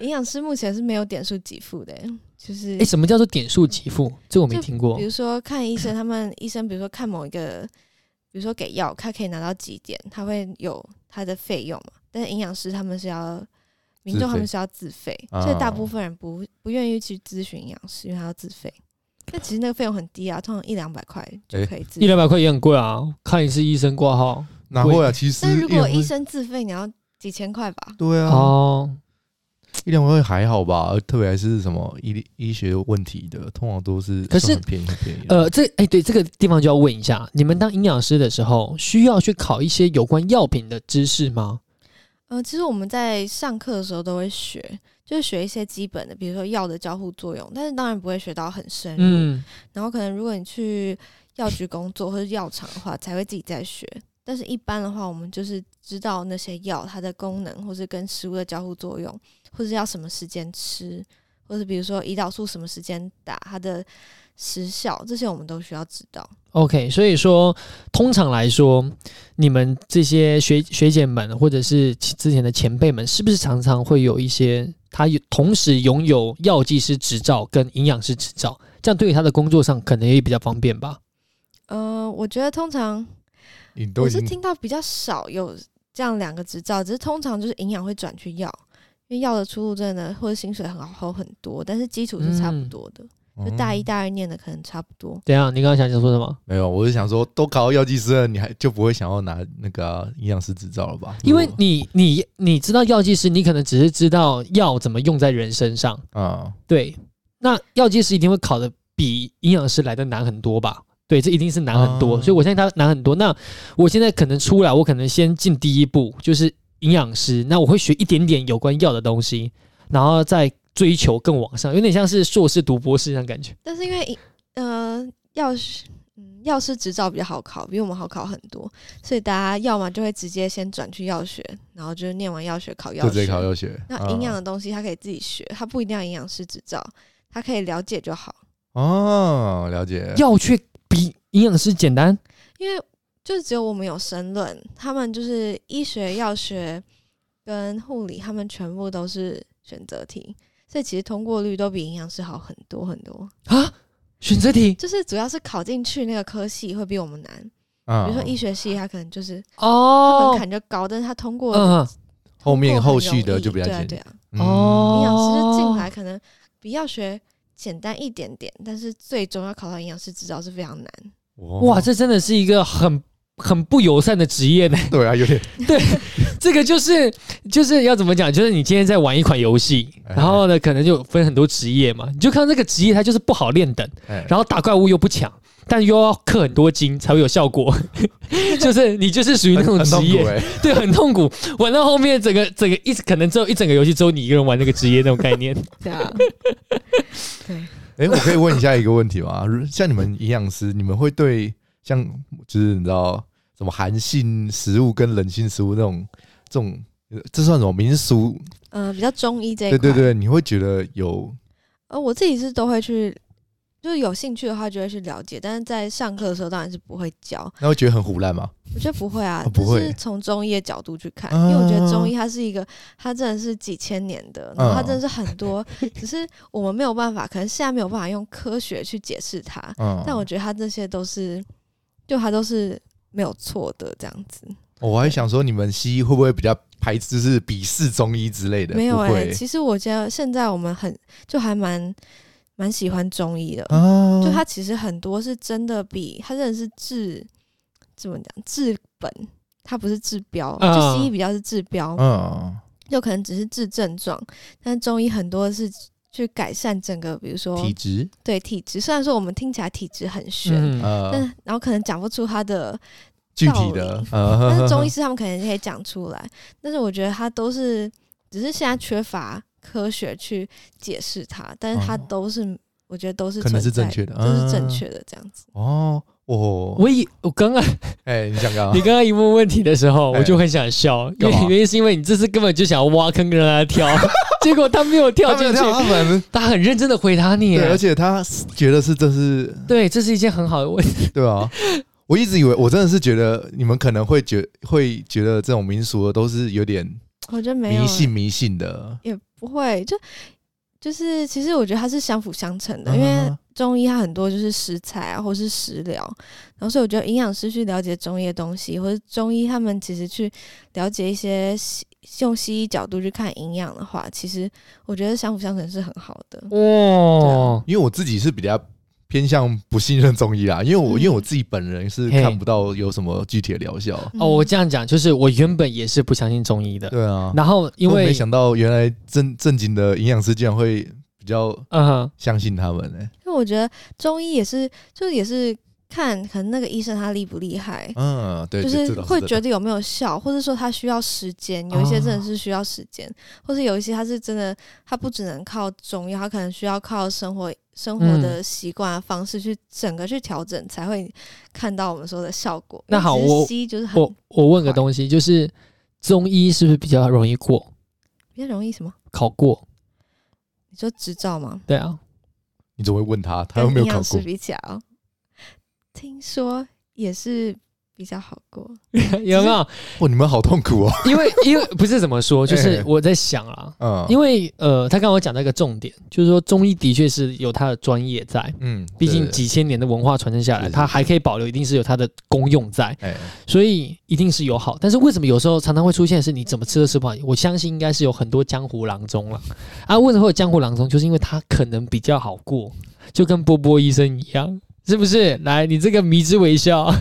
Speaker 3: 营养师目前是没有点数给付的，欸就是
Speaker 2: 哎，什么叫做点数给付？这我没
Speaker 3: 就
Speaker 2: 听过
Speaker 3: 比。如说看
Speaker 1: [laughs]
Speaker 3: 医生，他们医生比如说看某一个，比如说给药，他可以拿到几点，他会有他的费用嘛？但是营养师他们是要。民众
Speaker 1: 自
Speaker 3: 他们
Speaker 1: 费
Speaker 3: 是要自费，
Speaker 1: 啊
Speaker 3: 所以大部分人不不愿意去咨询营养师，因为他要自费。但其实那个费用很低啊，通常一两百块就
Speaker 1: 诶
Speaker 3: 可以自
Speaker 2: 一
Speaker 3: 费。
Speaker 2: 两百块也很贵啊！看一次医生挂号
Speaker 1: 哪会啊？其实
Speaker 3: 但如果
Speaker 1: 一
Speaker 3: 医生自费，你要几千块吧？
Speaker 1: 对啊，
Speaker 2: 哦，
Speaker 1: 医疗委员会还好吧，特别还是什么医医学问题的，通常都是
Speaker 2: 可是
Speaker 1: 算很便宜很便宜的。啊
Speaker 2: 呃，这哎、对这个地方就要问一下，你们当营养师的时候，需要去考一些有关药品的知识吗？
Speaker 3: 呃，其实我们在上课的时候都会学，就是学一些基本的，比如说药的交互作用，但是当然不会学到很深入。
Speaker 2: 嗯，
Speaker 3: 然后可能如果你去药局工作或者药厂的话，才会自己再学。但是一般的话，我们就是知道那些药它的功能，或是跟食物的交互作用，或是要什么时间吃，或是比如说胰岛素什么时间打，它的时效，这些我们都需要知道。
Speaker 2: OK，所以说，通常来说，你们这些学学姐们或者是其之前的前辈们，是不是常常会有一些他有同时拥有药剂师执照跟营养师执照，这样对于他的工作上可能也比较方便吧？
Speaker 3: 嗯、我觉得通常
Speaker 1: 你都
Speaker 3: 我
Speaker 1: 已
Speaker 3: 是
Speaker 1: 经
Speaker 3: 听到比较少有这样两个执照，只是通常就是营养会转去药，因为药的出路真的或者薪水很好很多，但是基础是差不
Speaker 2: 嗯
Speaker 3: 多的，就大
Speaker 1: 哦
Speaker 3: 一、大二念的可能差不多。
Speaker 2: 怎样？啊你刚刚想想说什么？
Speaker 1: 没有，我是想说，都考到药剂师了，你还就不会想要拿那个啊营养师执照了吧？
Speaker 2: 因为
Speaker 1: 如果
Speaker 2: 你你你知道药剂师，你可能只是知道药怎么用在人身上，
Speaker 1: 啊、
Speaker 2: 对，那药剂师一定会考的比营养师来的难很多吧？对，这一定是难很多，
Speaker 1: 哦
Speaker 2: 所以我相信他难很多。那我现在可能出来，我可能先进第一步就是营养师，那我会学一点点有关药的东西，然后再追求更往上，有点像是硕士读博士那种感觉。
Speaker 3: 但是因为一呃药师嗯药师执照比较好考，比我们好考很多，所以大家要么就会直接先转去药学，然后就是念完药学考药
Speaker 1: 就
Speaker 3: 学。
Speaker 1: 直接考药学。
Speaker 3: 那营养
Speaker 1: 啊
Speaker 3: 的东西他可以自己学，他不一定要营养师执照，他可以了解就好。
Speaker 1: 哦，了解。
Speaker 2: [laughs] 药却比营养师简单，
Speaker 3: 因为就只有我们有申论，他们就是医学、药学跟护理，他们全部都是选择题，所以其实通过率都比营养师好很多很多。
Speaker 2: 啊选择题
Speaker 3: 就是主要是考进去那个科系会比我们难，
Speaker 1: 啊
Speaker 3: 比如说医学系，它可能就是门
Speaker 2: 哦，
Speaker 3: 槛就高，但是他通过
Speaker 2: 嗯，
Speaker 1: 后面
Speaker 3: 通过
Speaker 1: 后
Speaker 3: 很
Speaker 1: 续
Speaker 3: 容
Speaker 1: 的
Speaker 3: 易
Speaker 1: 就比较
Speaker 3: 对啊
Speaker 1: 简
Speaker 3: 对
Speaker 1: 单。
Speaker 3: 啊，
Speaker 1: 嗯
Speaker 2: 哦
Speaker 3: 营养师进来可能比药学简单一点点，但是最终要考到营养师执照是非常难。
Speaker 2: 嗯哇，这真的是一个很很不友善的职业呢。
Speaker 1: [laughs] 对啊，有点
Speaker 2: 这个就是就是要怎么讲？就是你今天在玩一款游戏，
Speaker 1: 哎
Speaker 2: 然后呢，可能就有分很多职业嘛，你就看到这个职业它就是不好练等，
Speaker 1: 哎，
Speaker 2: 然后打怪物又不强，但又要氪很多金才会有效果， [laughs] 就是你就是属于那种
Speaker 1: 很
Speaker 2: 职
Speaker 1: 痛苦
Speaker 2: 业，
Speaker 1: 哎，
Speaker 2: 对，很痛苦。玩到后面，整个整个一可能只有一整个游戏只有你一个人玩那个职业那种概念。
Speaker 3: 对啊，对，
Speaker 1: 哎、我可以问一下一个问题吗？如像你们营养师，你们会对像就是你知道什么寒性食物跟冷性食物那种这种，呃这算什么民俗？
Speaker 3: [laughs] 嗯，比较中医这一
Speaker 1: 对对。
Speaker 3: 块，
Speaker 1: 对，你会觉得有
Speaker 3: 呃，我自己是都会去，就是有兴趣的话就会去了解，但是在上课的时候当然是不会教，
Speaker 1: 那会觉得很胡乱吗？
Speaker 3: 我觉得不会啊
Speaker 1: 哦，不
Speaker 3: 就
Speaker 1: 会
Speaker 3: 是从中医的角度去看，因为我觉得
Speaker 1: 啊
Speaker 3: 中医它是一个，它真的是几千年的，
Speaker 1: 嗯
Speaker 3: 然后它真的是很
Speaker 1: [laughs]
Speaker 3: 多，只是我们没有办法，可能现在没有办法用科学去解释它，
Speaker 1: 嗯，
Speaker 3: 但我觉得它这些都是，就它都是没有错的这样子，
Speaker 1: 哦我还想说，你们西医会不会比较排，就是鄙视中医之类的？
Speaker 3: 没有
Speaker 1: 不
Speaker 3: 哎、
Speaker 1: 会
Speaker 3: 其实我觉得现在我们很就还蛮蛮喜欢中医的，
Speaker 1: 啊，
Speaker 3: 就它其实很多是真的比它真的是治怎么讲治本，它不是治标，
Speaker 2: 啊
Speaker 3: 就西医比较是治标，
Speaker 1: 嗯，
Speaker 3: 就可能只是治症状，但中医很多是去改善整个，比如说
Speaker 1: 体质
Speaker 3: 对体质。虽然说我们听起来体质很玄，
Speaker 2: 嗯，
Speaker 1: 呃
Speaker 3: 但然后可能讲不出它的，
Speaker 1: 具体的呃
Speaker 3: 但是
Speaker 1: [laughs]
Speaker 3: 中医师他们可能可以讲出来，但是我觉得它都是只是现在缺乏科学去解释它，但是它
Speaker 1: 哦
Speaker 3: 都是、我觉得都是
Speaker 1: 可能是
Speaker 3: 存在
Speaker 1: 正确的，
Speaker 3: 都是正
Speaker 1: 嗯
Speaker 3: 确的这样子。
Speaker 1: 哦哦，
Speaker 2: 我以我刚刚
Speaker 1: 哎，你想干嘛
Speaker 2: 你？刚刚一问问题的时候，
Speaker 1: 哎
Speaker 2: 我就很想笑，因
Speaker 1: 干
Speaker 2: 为
Speaker 1: 嘛
Speaker 2: 原因是因为你这次根本就想要挖坑让他
Speaker 1: [laughs]
Speaker 2: 跳，结果他没有跳
Speaker 1: 他
Speaker 2: 进
Speaker 1: 们
Speaker 2: 去，
Speaker 1: 他们
Speaker 2: 他很认真的回答你耶
Speaker 3: 啊
Speaker 1: 对，，而且他是觉得是这是
Speaker 2: 对，这是一件很好的问题。
Speaker 1: 对啊。我一直以为，我真的是觉得你们可能会觉会觉得这种民俗的都是有点
Speaker 3: 我觉得没有
Speaker 1: 迷信迷信的，
Speaker 3: 也不会，就就是其实我觉得它是相辅相成的，因为
Speaker 1: 啊
Speaker 3: 中医它很多就是食材啊，或是食疗，然后所以我觉得营养师去了解中医的东西，或者中医他们其实去了解一些西用西医角度去看营养的话，其实我觉得相辅相成是很好的。
Speaker 2: 哇
Speaker 1: 因为我自己是比较偏向不信任中医啦，因为我、
Speaker 3: 嗯
Speaker 1: 因为我自己本人是
Speaker 2: 嘿
Speaker 1: 看不到有什么具体的疗效。
Speaker 2: 哦，
Speaker 3: 嗯
Speaker 2: 我这样讲就是我原本也是不相信中医的，
Speaker 1: 对啊，
Speaker 2: 然后因
Speaker 1: 我
Speaker 2: 为
Speaker 1: 没想到原来正正经的营养师竟然会比较
Speaker 2: 嗯哼，
Speaker 1: 相信他们呢、
Speaker 3: 嗯因为我觉得中医也是，就是也是看可能那个医生他厉不厉害，
Speaker 1: 嗯，对，
Speaker 3: 就是
Speaker 1: 这倒
Speaker 3: 会
Speaker 1: 这倒
Speaker 3: 觉得有没有效，或者说他需要时间，有一
Speaker 1: 哦
Speaker 3: 些真的是需要时间，或者有一些他是真的，他不只能靠中药，他可能需要靠生活生活
Speaker 1: 嗯
Speaker 3: 的习惯啊方式去整个去调整，才会看到我们说的效果。
Speaker 2: 那好
Speaker 3: 因为其实
Speaker 2: 我
Speaker 3: 西医就是很
Speaker 2: 我我问个东西，就是中医是不是比较容易过
Speaker 3: 比较容易什么？
Speaker 2: 考过？
Speaker 3: 你说执照吗？
Speaker 2: 对啊， [laughs]
Speaker 1: 你总会问他，他
Speaker 3: 跟
Speaker 1: 又没有
Speaker 3: 营
Speaker 1: 考
Speaker 3: 养师
Speaker 1: 过，
Speaker 3: 比起来哦，听说也是比较好过。
Speaker 2: 有没有？
Speaker 1: 哇，你们好痛苦哦。
Speaker 2: 因为因为不是怎么说，就
Speaker 1: 哎
Speaker 2: 是我在想啦，
Speaker 1: 嗯，
Speaker 2: 因
Speaker 1: 为
Speaker 2: 为呃，他刚刚有讲到一个重点，就是说中医的确是有它的专业在，
Speaker 1: 嗯，
Speaker 2: 毕竟
Speaker 1: 对
Speaker 2: 几千年的文化传承下
Speaker 1: 是
Speaker 2: 来，
Speaker 1: 是
Speaker 2: 它
Speaker 1: 是
Speaker 2: 还可以保留，一定是有它的功用在，
Speaker 1: 哎、
Speaker 2: 所以一定是有好。但是为什么有时候常常会出现的是你怎么吃都吃不好？我相信应该是有很多江湖郎中了 [laughs] 啊。为什么会有江湖郎中？就是因为他可能比较好过，就跟波波医生一样。是不是？来，你这个迷之微笑，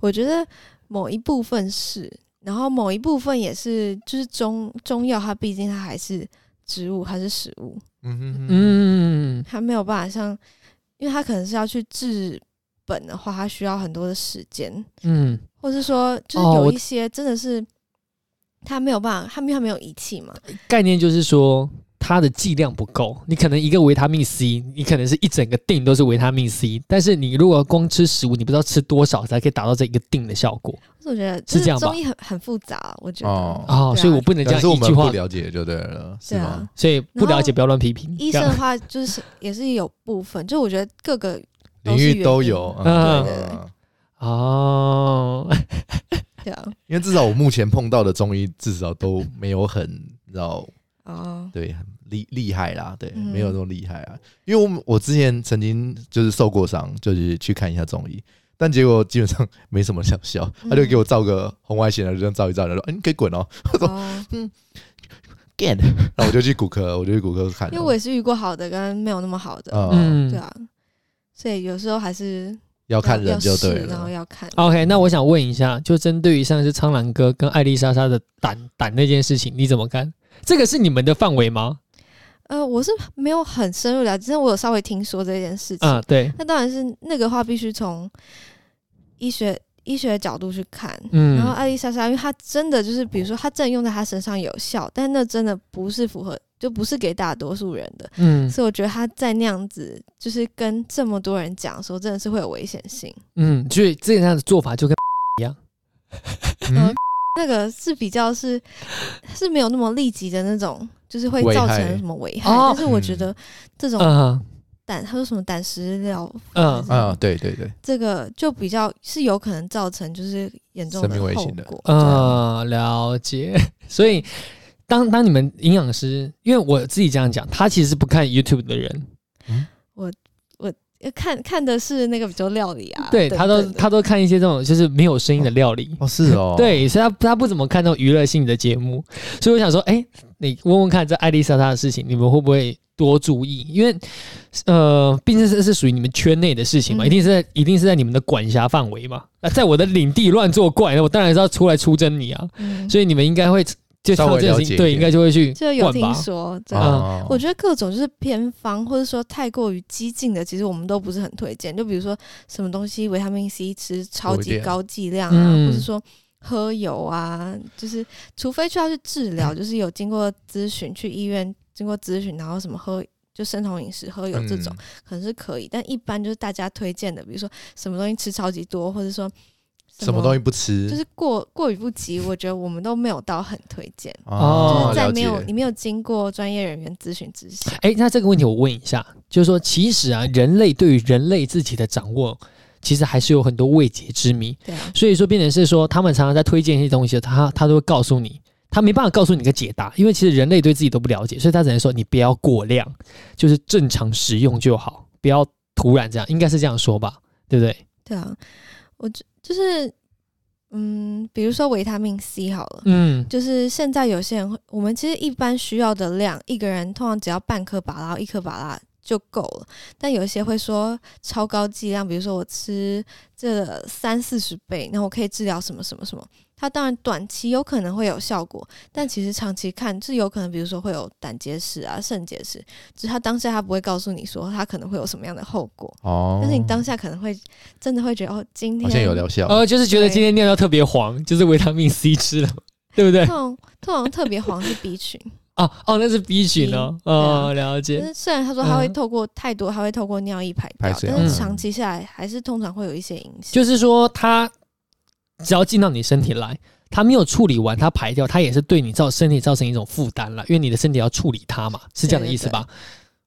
Speaker 3: 我觉得某一部分是，然后某一部分也是，就是中中药它毕竟它还是植物，它是食物，
Speaker 1: 嗯哼哼
Speaker 2: 嗯，
Speaker 3: 它没有办法像，因为它可能是要去治本的话，它需要很多的时间，
Speaker 2: 嗯，
Speaker 3: 或是说就是
Speaker 2: 哦
Speaker 3: 有
Speaker 2: 我
Speaker 3: 一些真的是。它没有办法，它没有它没有仪器嘛？
Speaker 2: 概念就是说它的剂量不够，你可能一个维他命 C，你可能是一整个锭都是维他命 C，但是你如果光吃食物，你不知道吃多少才可以达到这一个锭的效果
Speaker 3: 所以我觉得
Speaker 2: [laughs] 是这样吧
Speaker 3: 中医很很复杂，我觉得。
Speaker 1: 哦，
Speaker 2: 哦，
Speaker 3: 对啊
Speaker 2: 所以我不能这
Speaker 1: 但
Speaker 2: 样
Speaker 1: 是我
Speaker 2: 一
Speaker 1: 们
Speaker 2: 句
Speaker 1: 不
Speaker 2: 话，
Speaker 1: 了解就对了，是
Speaker 3: 对啊
Speaker 1: 吗？
Speaker 2: 所以不了解
Speaker 3: 然后
Speaker 2: 不要乱批评。
Speaker 3: 医
Speaker 2: 这
Speaker 3: 生
Speaker 2: 样 [laughs]
Speaker 3: 的话，就是也是有部分，就我觉得各个
Speaker 1: 领
Speaker 3: 啊都是原
Speaker 1: 域
Speaker 3: 因
Speaker 1: 都有，
Speaker 2: 嗯
Speaker 1: 对
Speaker 3: 对对
Speaker 2: 哦，
Speaker 3: 对啊，
Speaker 1: 因为至少我目前碰到的中医，至少都没有很，你知道，
Speaker 2: [laughs]
Speaker 3: 哦，
Speaker 1: 对，很厉厉害啦，对，
Speaker 3: 嗯
Speaker 1: 没有那么厉害啊。因为我们我之前曾经就是受过伤，就是去看一下中医，但结果基本上没什么疗效，
Speaker 3: 嗯
Speaker 1: 他就给我照个红外线啊，就这样照一照，然后说，哎、你可以滚哦
Speaker 3: 哦
Speaker 1: ，get，然后我就去骨科，我就去骨科看了，
Speaker 3: 因为我也是遇过好的跟没有那么好的，
Speaker 1: 啊、
Speaker 2: 嗯
Speaker 3: 对啊，所以有时候还是
Speaker 1: 要
Speaker 3: 要
Speaker 1: 看人就对
Speaker 3: 要试然后
Speaker 1: 了，
Speaker 3: 要看。
Speaker 2: ，OK，那我想问一下，就针对于上次苍兰哥跟艾丽莎莎的胆胆那件事情，你怎么看？这个是你们的范围吗？
Speaker 3: 呃，我是没有很深入了解，但我有稍微听说这件事情。
Speaker 2: 啊，对，
Speaker 3: 那当然是那个话必须从医学医学的角度去看。
Speaker 2: 嗯
Speaker 3: 然后艾丽莎莎，因为她真的就是，比如说她真的用在她身上有效，但那真的不是符合，就不是给大多数人的。
Speaker 2: 嗯
Speaker 3: 所以我觉得她在那样子，就是跟这么多人讲说，真的是会有危险性。
Speaker 2: 嗯，所以这样的做法就跟
Speaker 1: 嗯
Speaker 3: 那个是比较是是没有那么立即的那种，就是会
Speaker 1: 危
Speaker 3: 造成
Speaker 1: 害
Speaker 3: 什么危害。
Speaker 2: 哦
Speaker 3: 但是我觉
Speaker 1: 嗯
Speaker 3: 得这种
Speaker 2: 嗯
Speaker 3: 胆，他说什么胆石疗，
Speaker 2: 嗯
Speaker 1: 啊，对对对，
Speaker 3: 这个就比较是有可能造成就是严重
Speaker 1: 生命危
Speaker 3: 后
Speaker 1: 险的
Speaker 3: 果。啊
Speaker 2: 呃，了解。 [laughs] 所以当当你们营养师，因为我自己这样讲，他其实是不看 YouTube 的人，
Speaker 3: 呃看看的是那个比较料理啊，
Speaker 2: 对
Speaker 3: 等
Speaker 2: 他都
Speaker 3: 等的
Speaker 2: 他都看一些这种就是没有声音的料理。
Speaker 1: 哦是哦，
Speaker 2: [laughs] 对，所以他他不怎么看那种娱乐性的节目，所以我想说，哎、你问问看这艾丽莎莎的事情，你们会不会多注意？因为，呃，毕竟这是属于你们圈内的事情嘛，
Speaker 3: 嗯
Speaker 2: 一定是在一定是在你们的管辖范围嘛。那在我的领地乱作怪，那我当然是要出来出征你啊。
Speaker 3: 嗯
Speaker 2: 所以你们应该会就看到
Speaker 1: 稍
Speaker 2: 这
Speaker 1: 微了
Speaker 2: 个事
Speaker 1: 解一
Speaker 2: 情，对，
Speaker 1: 点
Speaker 2: 应该就会去
Speaker 3: 就有
Speaker 2: 灌吧
Speaker 3: 听说，对。
Speaker 1: 啊，
Speaker 3: 我觉得各种就是偏方，或者说太过于激进的，其实我们都不是很推荐。就比如说什么东西维他命 C 吃超
Speaker 1: 多一
Speaker 3: 级
Speaker 1: 点
Speaker 3: 高剂量啊，
Speaker 2: 嗯
Speaker 3: 或者说喝油啊，就是除非需要去治
Speaker 1: [laughs]
Speaker 3: 疗，就是有经过咨询去医院经过咨询，然后什么喝就生酮饮食喝油这种、
Speaker 1: 嗯
Speaker 3: 可能是可以，但一般就是大家推荐的，比如说什么东西吃超级多，或者说
Speaker 1: 什么东西不吃，
Speaker 3: 就是过过于不及，我觉得我们都没有到很推荐。
Speaker 2: 哦
Speaker 3: 就是在
Speaker 1: 了
Speaker 3: 没
Speaker 1: 解，
Speaker 3: 有你没有经过专业人员咨询之下，
Speaker 1: [laughs]
Speaker 2: 哎，那这个问题我问一下，就是说，其实啊，人类对于人类自己的掌握，其实还是有很多未解之谜。
Speaker 3: 对啊，
Speaker 2: 所以说，变成是说，他们常常在推荐一些东西，他他都会告诉你，他没办法告诉你个解答，因为其实人类对自己都不了解，所以他只能说你不要过量，就是正常食用就好，不要突然这样，应该是这样说吧，对不对？
Speaker 3: 对啊，我就就是，嗯，比如说维他命 C 好了，
Speaker 2: 嗯
Speaker 3: 就是现在有些人会，我们其实一般需要的量，一个人通常只要半颗巴拉，一颗巴拉就够了。但有一些会说超高剂量，比如说我吃这三四十倍，那我可以治疗什么什么什么。它当然短期有可能会有效果，但其实长期看是有可能，比如说会有胆结石啊、肾结石，只是他当下他不会告诉你说他可能会有什么样的后果，
Speaker 1: 哦，
Speaker 3: 但是你当下可能会真的会觉得哦，今
Speaker 1: 好像
Speaker 3: 天
Speaker 1: 有疗效，
Speaker 2: 呃，就是觉得今天尿尿特别黄，就是维他命 C 吃了，对不对
Speaker 3: 通？常通常特别黄是 B 群，
Speaker 2: 哦哦，那是 B 群哦，
Speaker 3: 对啊
Speaker 2: 哦，了
Speaker 3: 就
Speaker 2: 解。
Speaker 3: 是虽然他说他会
Speaker 2: 嗯
Speaker 3: 透过太多，他会透过尿液排
Speaker 1: 排
Speaker 3: 掉，
Speaker 1: 水
Speaker 3: 但
Speaker 2: 嗯
Speaker 3: 是长期下来还是通常会有一些影响。
Speaker 2: 就是说，它只要进到你身体来，它没有处理完，它排掉，它也是对你造身体造成一种负担了，因为你的身体要处理它嘛，是这样的意思吧？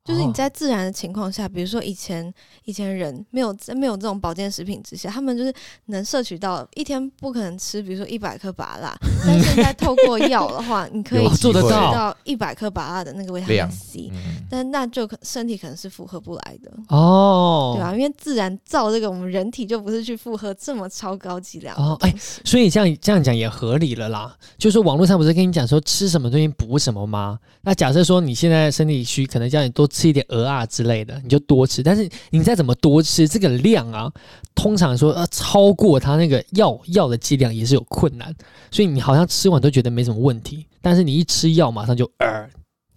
Speaker 3: 就是你
Speaker 2: 哦
Speaker 3: 在自然的情况下，比如说以前以前人没有没有这种保健食品之下，他们就是能摄取到一天不可能吃，比如说一百颗拔
Speaker 2: [laughs]
Speaker 3: 蜡，但现在透过药的话，你可以
Speaker 1: 有
Speaker 2: 哦做得
Speaker 1: 机会
Speaker 3: 吃
Speaker 2: 到
Speaker 3: 到一百颗拔蜡的那个维他
Speaker 1: 量
Speaker 3: 命 C，
Speaker 1: 嗯，
Speaker 3: 但那就可身体可能是负荷不来的，
Speaker 2: 哦，
Speaker 3: 对吧、因为自然造这个，我们人体就不是去负荷这么超高剂量
Speaker 2: 哦
Speaker 3: 的
Speaker 2: 哎
Speaker 3: 东西。
Speaker 2: 所以这样这样讲也合理了啦。就是网络上不是跟你讲说吃什么东西补什么吗？那假设说你现在身体虚，可能叫你多吃一点鹅啊之类的，你就多吃。但是你再怎么多吃，这个量啊，通常说呃超过它那个药药的剂量也是有困难。所以你好像吃完都觉得没什么问题，但是你一吃药马上就呃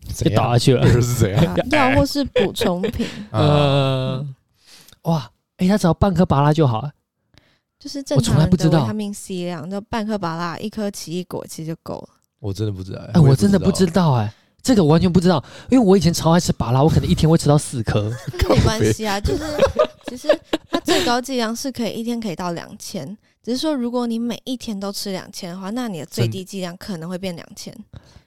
Speaker 2: 就
Speaker 1: 怎
Speaker 2: 倒
Speaker 1: 样
Speaker 2: 下
Speaker 1: [laughs]
Speaker 2: 去了。
Speaker 1: 又是怎样？
Speaker 3: 啊药或是补充品，
Speaker 1: 啊
Speaker 2: 呃，哇，诶，他只要半颗拔拉就好了。
Speaker 3: 就是正
Speaker 2: 我从
Speaker 3: 常
Speaker 2: 来
Speaker 3: 人
Speaker 2: 不知
Speaker 3: 的维
Speaker 2: 道
Speaker 3: 他命 C 量，就半颗拔蜡，一颗奇异果其实就够
Speaker 2: [laughs]
Speaker 3: 了。
Speaker 1: [laughs] 我真的不知道，哎
Speaker 2: 哎、我真的不知
Speaker 1: 道，
Speaker 2: 道哎、这个我完全不知道，因为我以前超爱吃拔拉，我可能一天会吃到四颗。
Speaker 3: 没关
Speaker 2: [laughs]
Speaker 3: 系啊，就是其实它最高剂量是可以一天可以到两千，只是说如果你每一天都吃两千的话，那你的最
Speaker 1: 真
Speaker 3: 低剂量可能会变两千。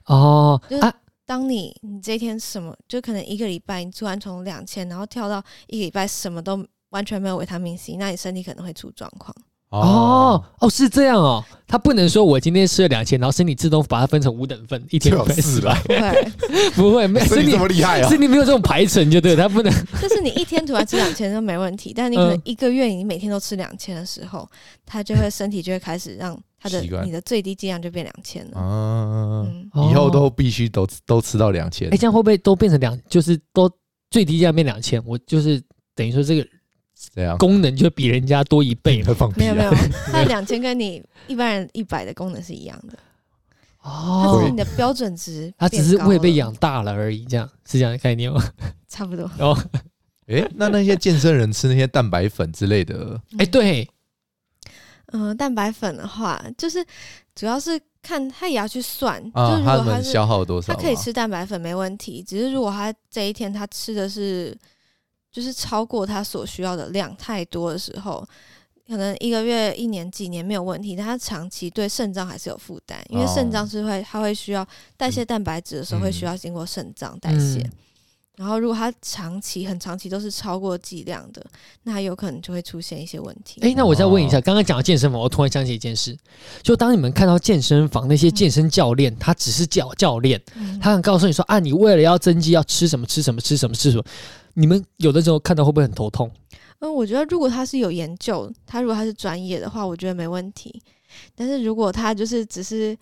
Speaker 2: 哦
Speaker 3: 就是
Speaker 2: 啊，
Speaker 3: 当你你这一天什么，就可能一个礼拜你突然从两千，然后跳到一个礼拜什么都完全没有维他命 C，那你身体可能会出状况。
Speaker 2: 哦哦，是这样哦。他不能说我今天吃了两千，然后身体自动把它分成五等份，一天
Speaker 1: 最好
Speaker 2: 分
Speaker 1: 是
Speaker 2: 吧
Speaker 1: 吧？
Speaker 3: 对，
Speaker 2: [laughs] 不会，没
Speaker 1: [laughs]
Speaker 2: 有
Speaker 1: 所以
Speaker 2: 身
Speaker 1: 你
Speaker 2: 体
Speaker 1: 这么厉害啊
Speaker 2: 身？体没有这种排程，就对，他不能
Speaker 3: 就是你一天突然吃两千都没问题，但你可能
Speaker 2: 嗯
Speaker 3: 一个月你每天都吃两千的时候，它就会身体就会开始让它的
Speaker 1: 习惯
Speaker 3: 你的最低剂量就变两千了。
Speaker 1: 啊，
Speaker 3: 嗯，
Speaker 1: [laughs] 以后
Speaker 2: 哦
Speaker 1: 都必须都都吃到两千
Speaker 2: 哎，，这样会不会都变成两，就是都最低价变两千？我就是等于说这个
Speaker 1: 这样
Speaker 2: 功能就比人家多一倍嘛。
Speaker 1: 会放屁
Speaker 3: 没有没
Speaker 1: 啊
Speaker 3: 有，它两千跟你一般人一百的功能是一样的，它只是
Speaker 2: 哦
Speaker 3: 你，的标准值，
Speaker 2: 他只是胃被，养大了而已，这样是这样的概念吗？
Speaker 3: 差不多。
Speaker 2: 哦，
Speaker 1: 哎，那那些健身人吃那些蛋白粉之类的，
Speaker 2: 哎，对，
Speaker 3: 嗯、蛋白粉的话，就是主要是看它也要去算，
Speaker 1: 啊
Speaker 3: 就，是
Speaker 1: 他
Speaker 3: 如果它
Speaker 1: 们
Speaker 3: 是
Speaker 1: 消耗多少啊
Speaker 3: 它
Speaker 1: 吗？
Speaker 3: 可以
Speaker 1: [laughs]
Speaker 3: 吃蛋白粉没问题，只是如果它这一天它吃的是就是超过它所需要的量太多的时候。可能一个月、一年、几年没有问题，但它长期对肾脏还是有负担，因为肾脏是会，它会需要代谢蛋白质的时候，
Speaker 1: 哦嗯
Speaker 3: 会需要经过肾脏代谢。然后，如果它长期、很长期都是超过剂量的，那它有可能就会出现一些问题。
Speaker 2: 哎，那我再问一下，
Speaker 1: 哦
Speaker 2: 刚刚讲到健身房，我突然想起一件事，就当你们看到健身房那些健身教练，他只是教教练，
Speaker 3: 嗯
Speaker 2: 他想告诉你说啊，你为了要增肌要吃什么吃什么吃什么吃什么，你们有的时候看到会不会很头痛？
Speaker 3: 嗯，我觉得如果他是有研究，他如果他是专业的话，我觉得没问题。但是如果他就是只是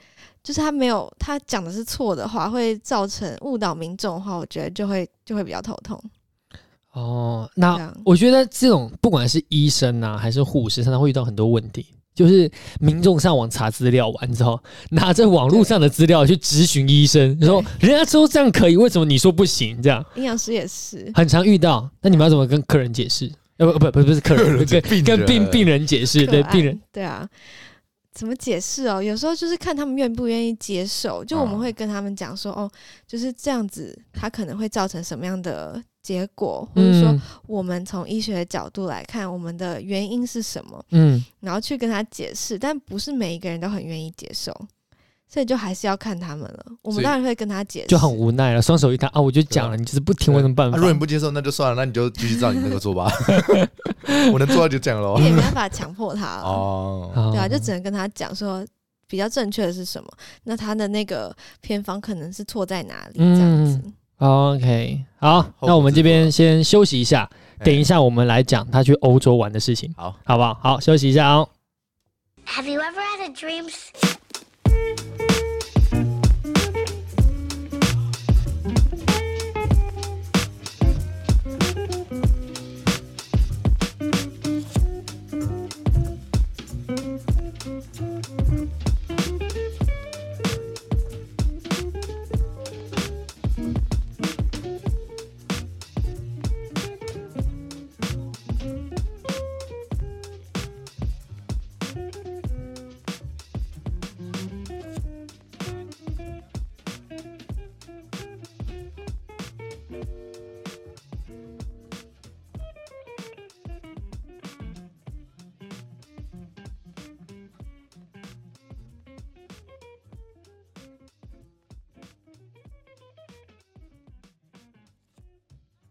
Speaker 3: 就是他没有他讲的是错的话，会造成误导民众的话，我觉得就会就会比较头痛。
Speaker 2: 哦，
Speaker 3: 这
Speaker 2: 那
Speaker 3: 样
Speaker 2: 我觉得这种不管是医生啊还是护士，常常会遇到很多问题。就是民众上网查资料完之后，拿着网络上的资料去咨询医生，说人家说这样可以，为什么你说不行？这样
Speaker 3: 营养师也是，
Speaker 2: 很常遇到。那你们要怎么跟客人解释？呃，不不不不是客人，
Speaker 1: 跟
Speaker 2: 跟
Speaker 1: 病
Speaker 2: 跟病
Speaker 1: 人
Speaker 2: 病人解释，
Speaker 3: 个
Speaker 2: 对
Speaker 3: 案
Speaker 2: 病人，
Speaker 3: 对啊，怎么解释哦？有时候就是看他们愿不愿意接受。就我们
Speaker 2: 啊
Speaker 1: 嗯
Speaker 3: 会跟他们讲说，哦，就是这样子，它可能会造成什么样的结果，或者说
Speaker 2: 嗯
Speaker 3: 我们从医学的角度来看，我们的原因是什么。
Speaker 2: 嗯，
Speaker 3: 然后去跟他解释，但不是每一个人都很愿意接受，所以就还是要看他们了。我
Speaker 1: 所
Speaker 3: 们
Speaker 1: 以
Speaker 3: 当然会跟他解释，
Speaker 2: 就很无奈了，双手一摊啊，我就讲了，你就是不听，我有什么办
Speaker 1: 啊
Speaker 2: 法
Speaker 1: 如？果你不接受，那就算了，那你就继续照你那个做吧。我能做到就这样喽 [laughs]
Speaker 3: 你。也没啊办法强迫他了，
Speaker 1: 哦，
Speaker 3: 对啊，就只能跟他讲说比较正确的是什么，那他的那个偏方可能是错在哪里，这样子。
Speaker 2: 哦 OK，好，
Speaker 1: 后
Speaker 2: 那我们
Speaker 1: 顾之
Speaker 2: 这
Speaker 1: 忧
Speaker 2: 边先休息一下，
Speaker 1: 哎
Speaker 2: 等一下我们来讲他去欧洲玩的事情，
Speaker 1: 好。
Speaker 2: 好不好？好，休息一下哦。
Speaker 4: Have you ever had a dream s-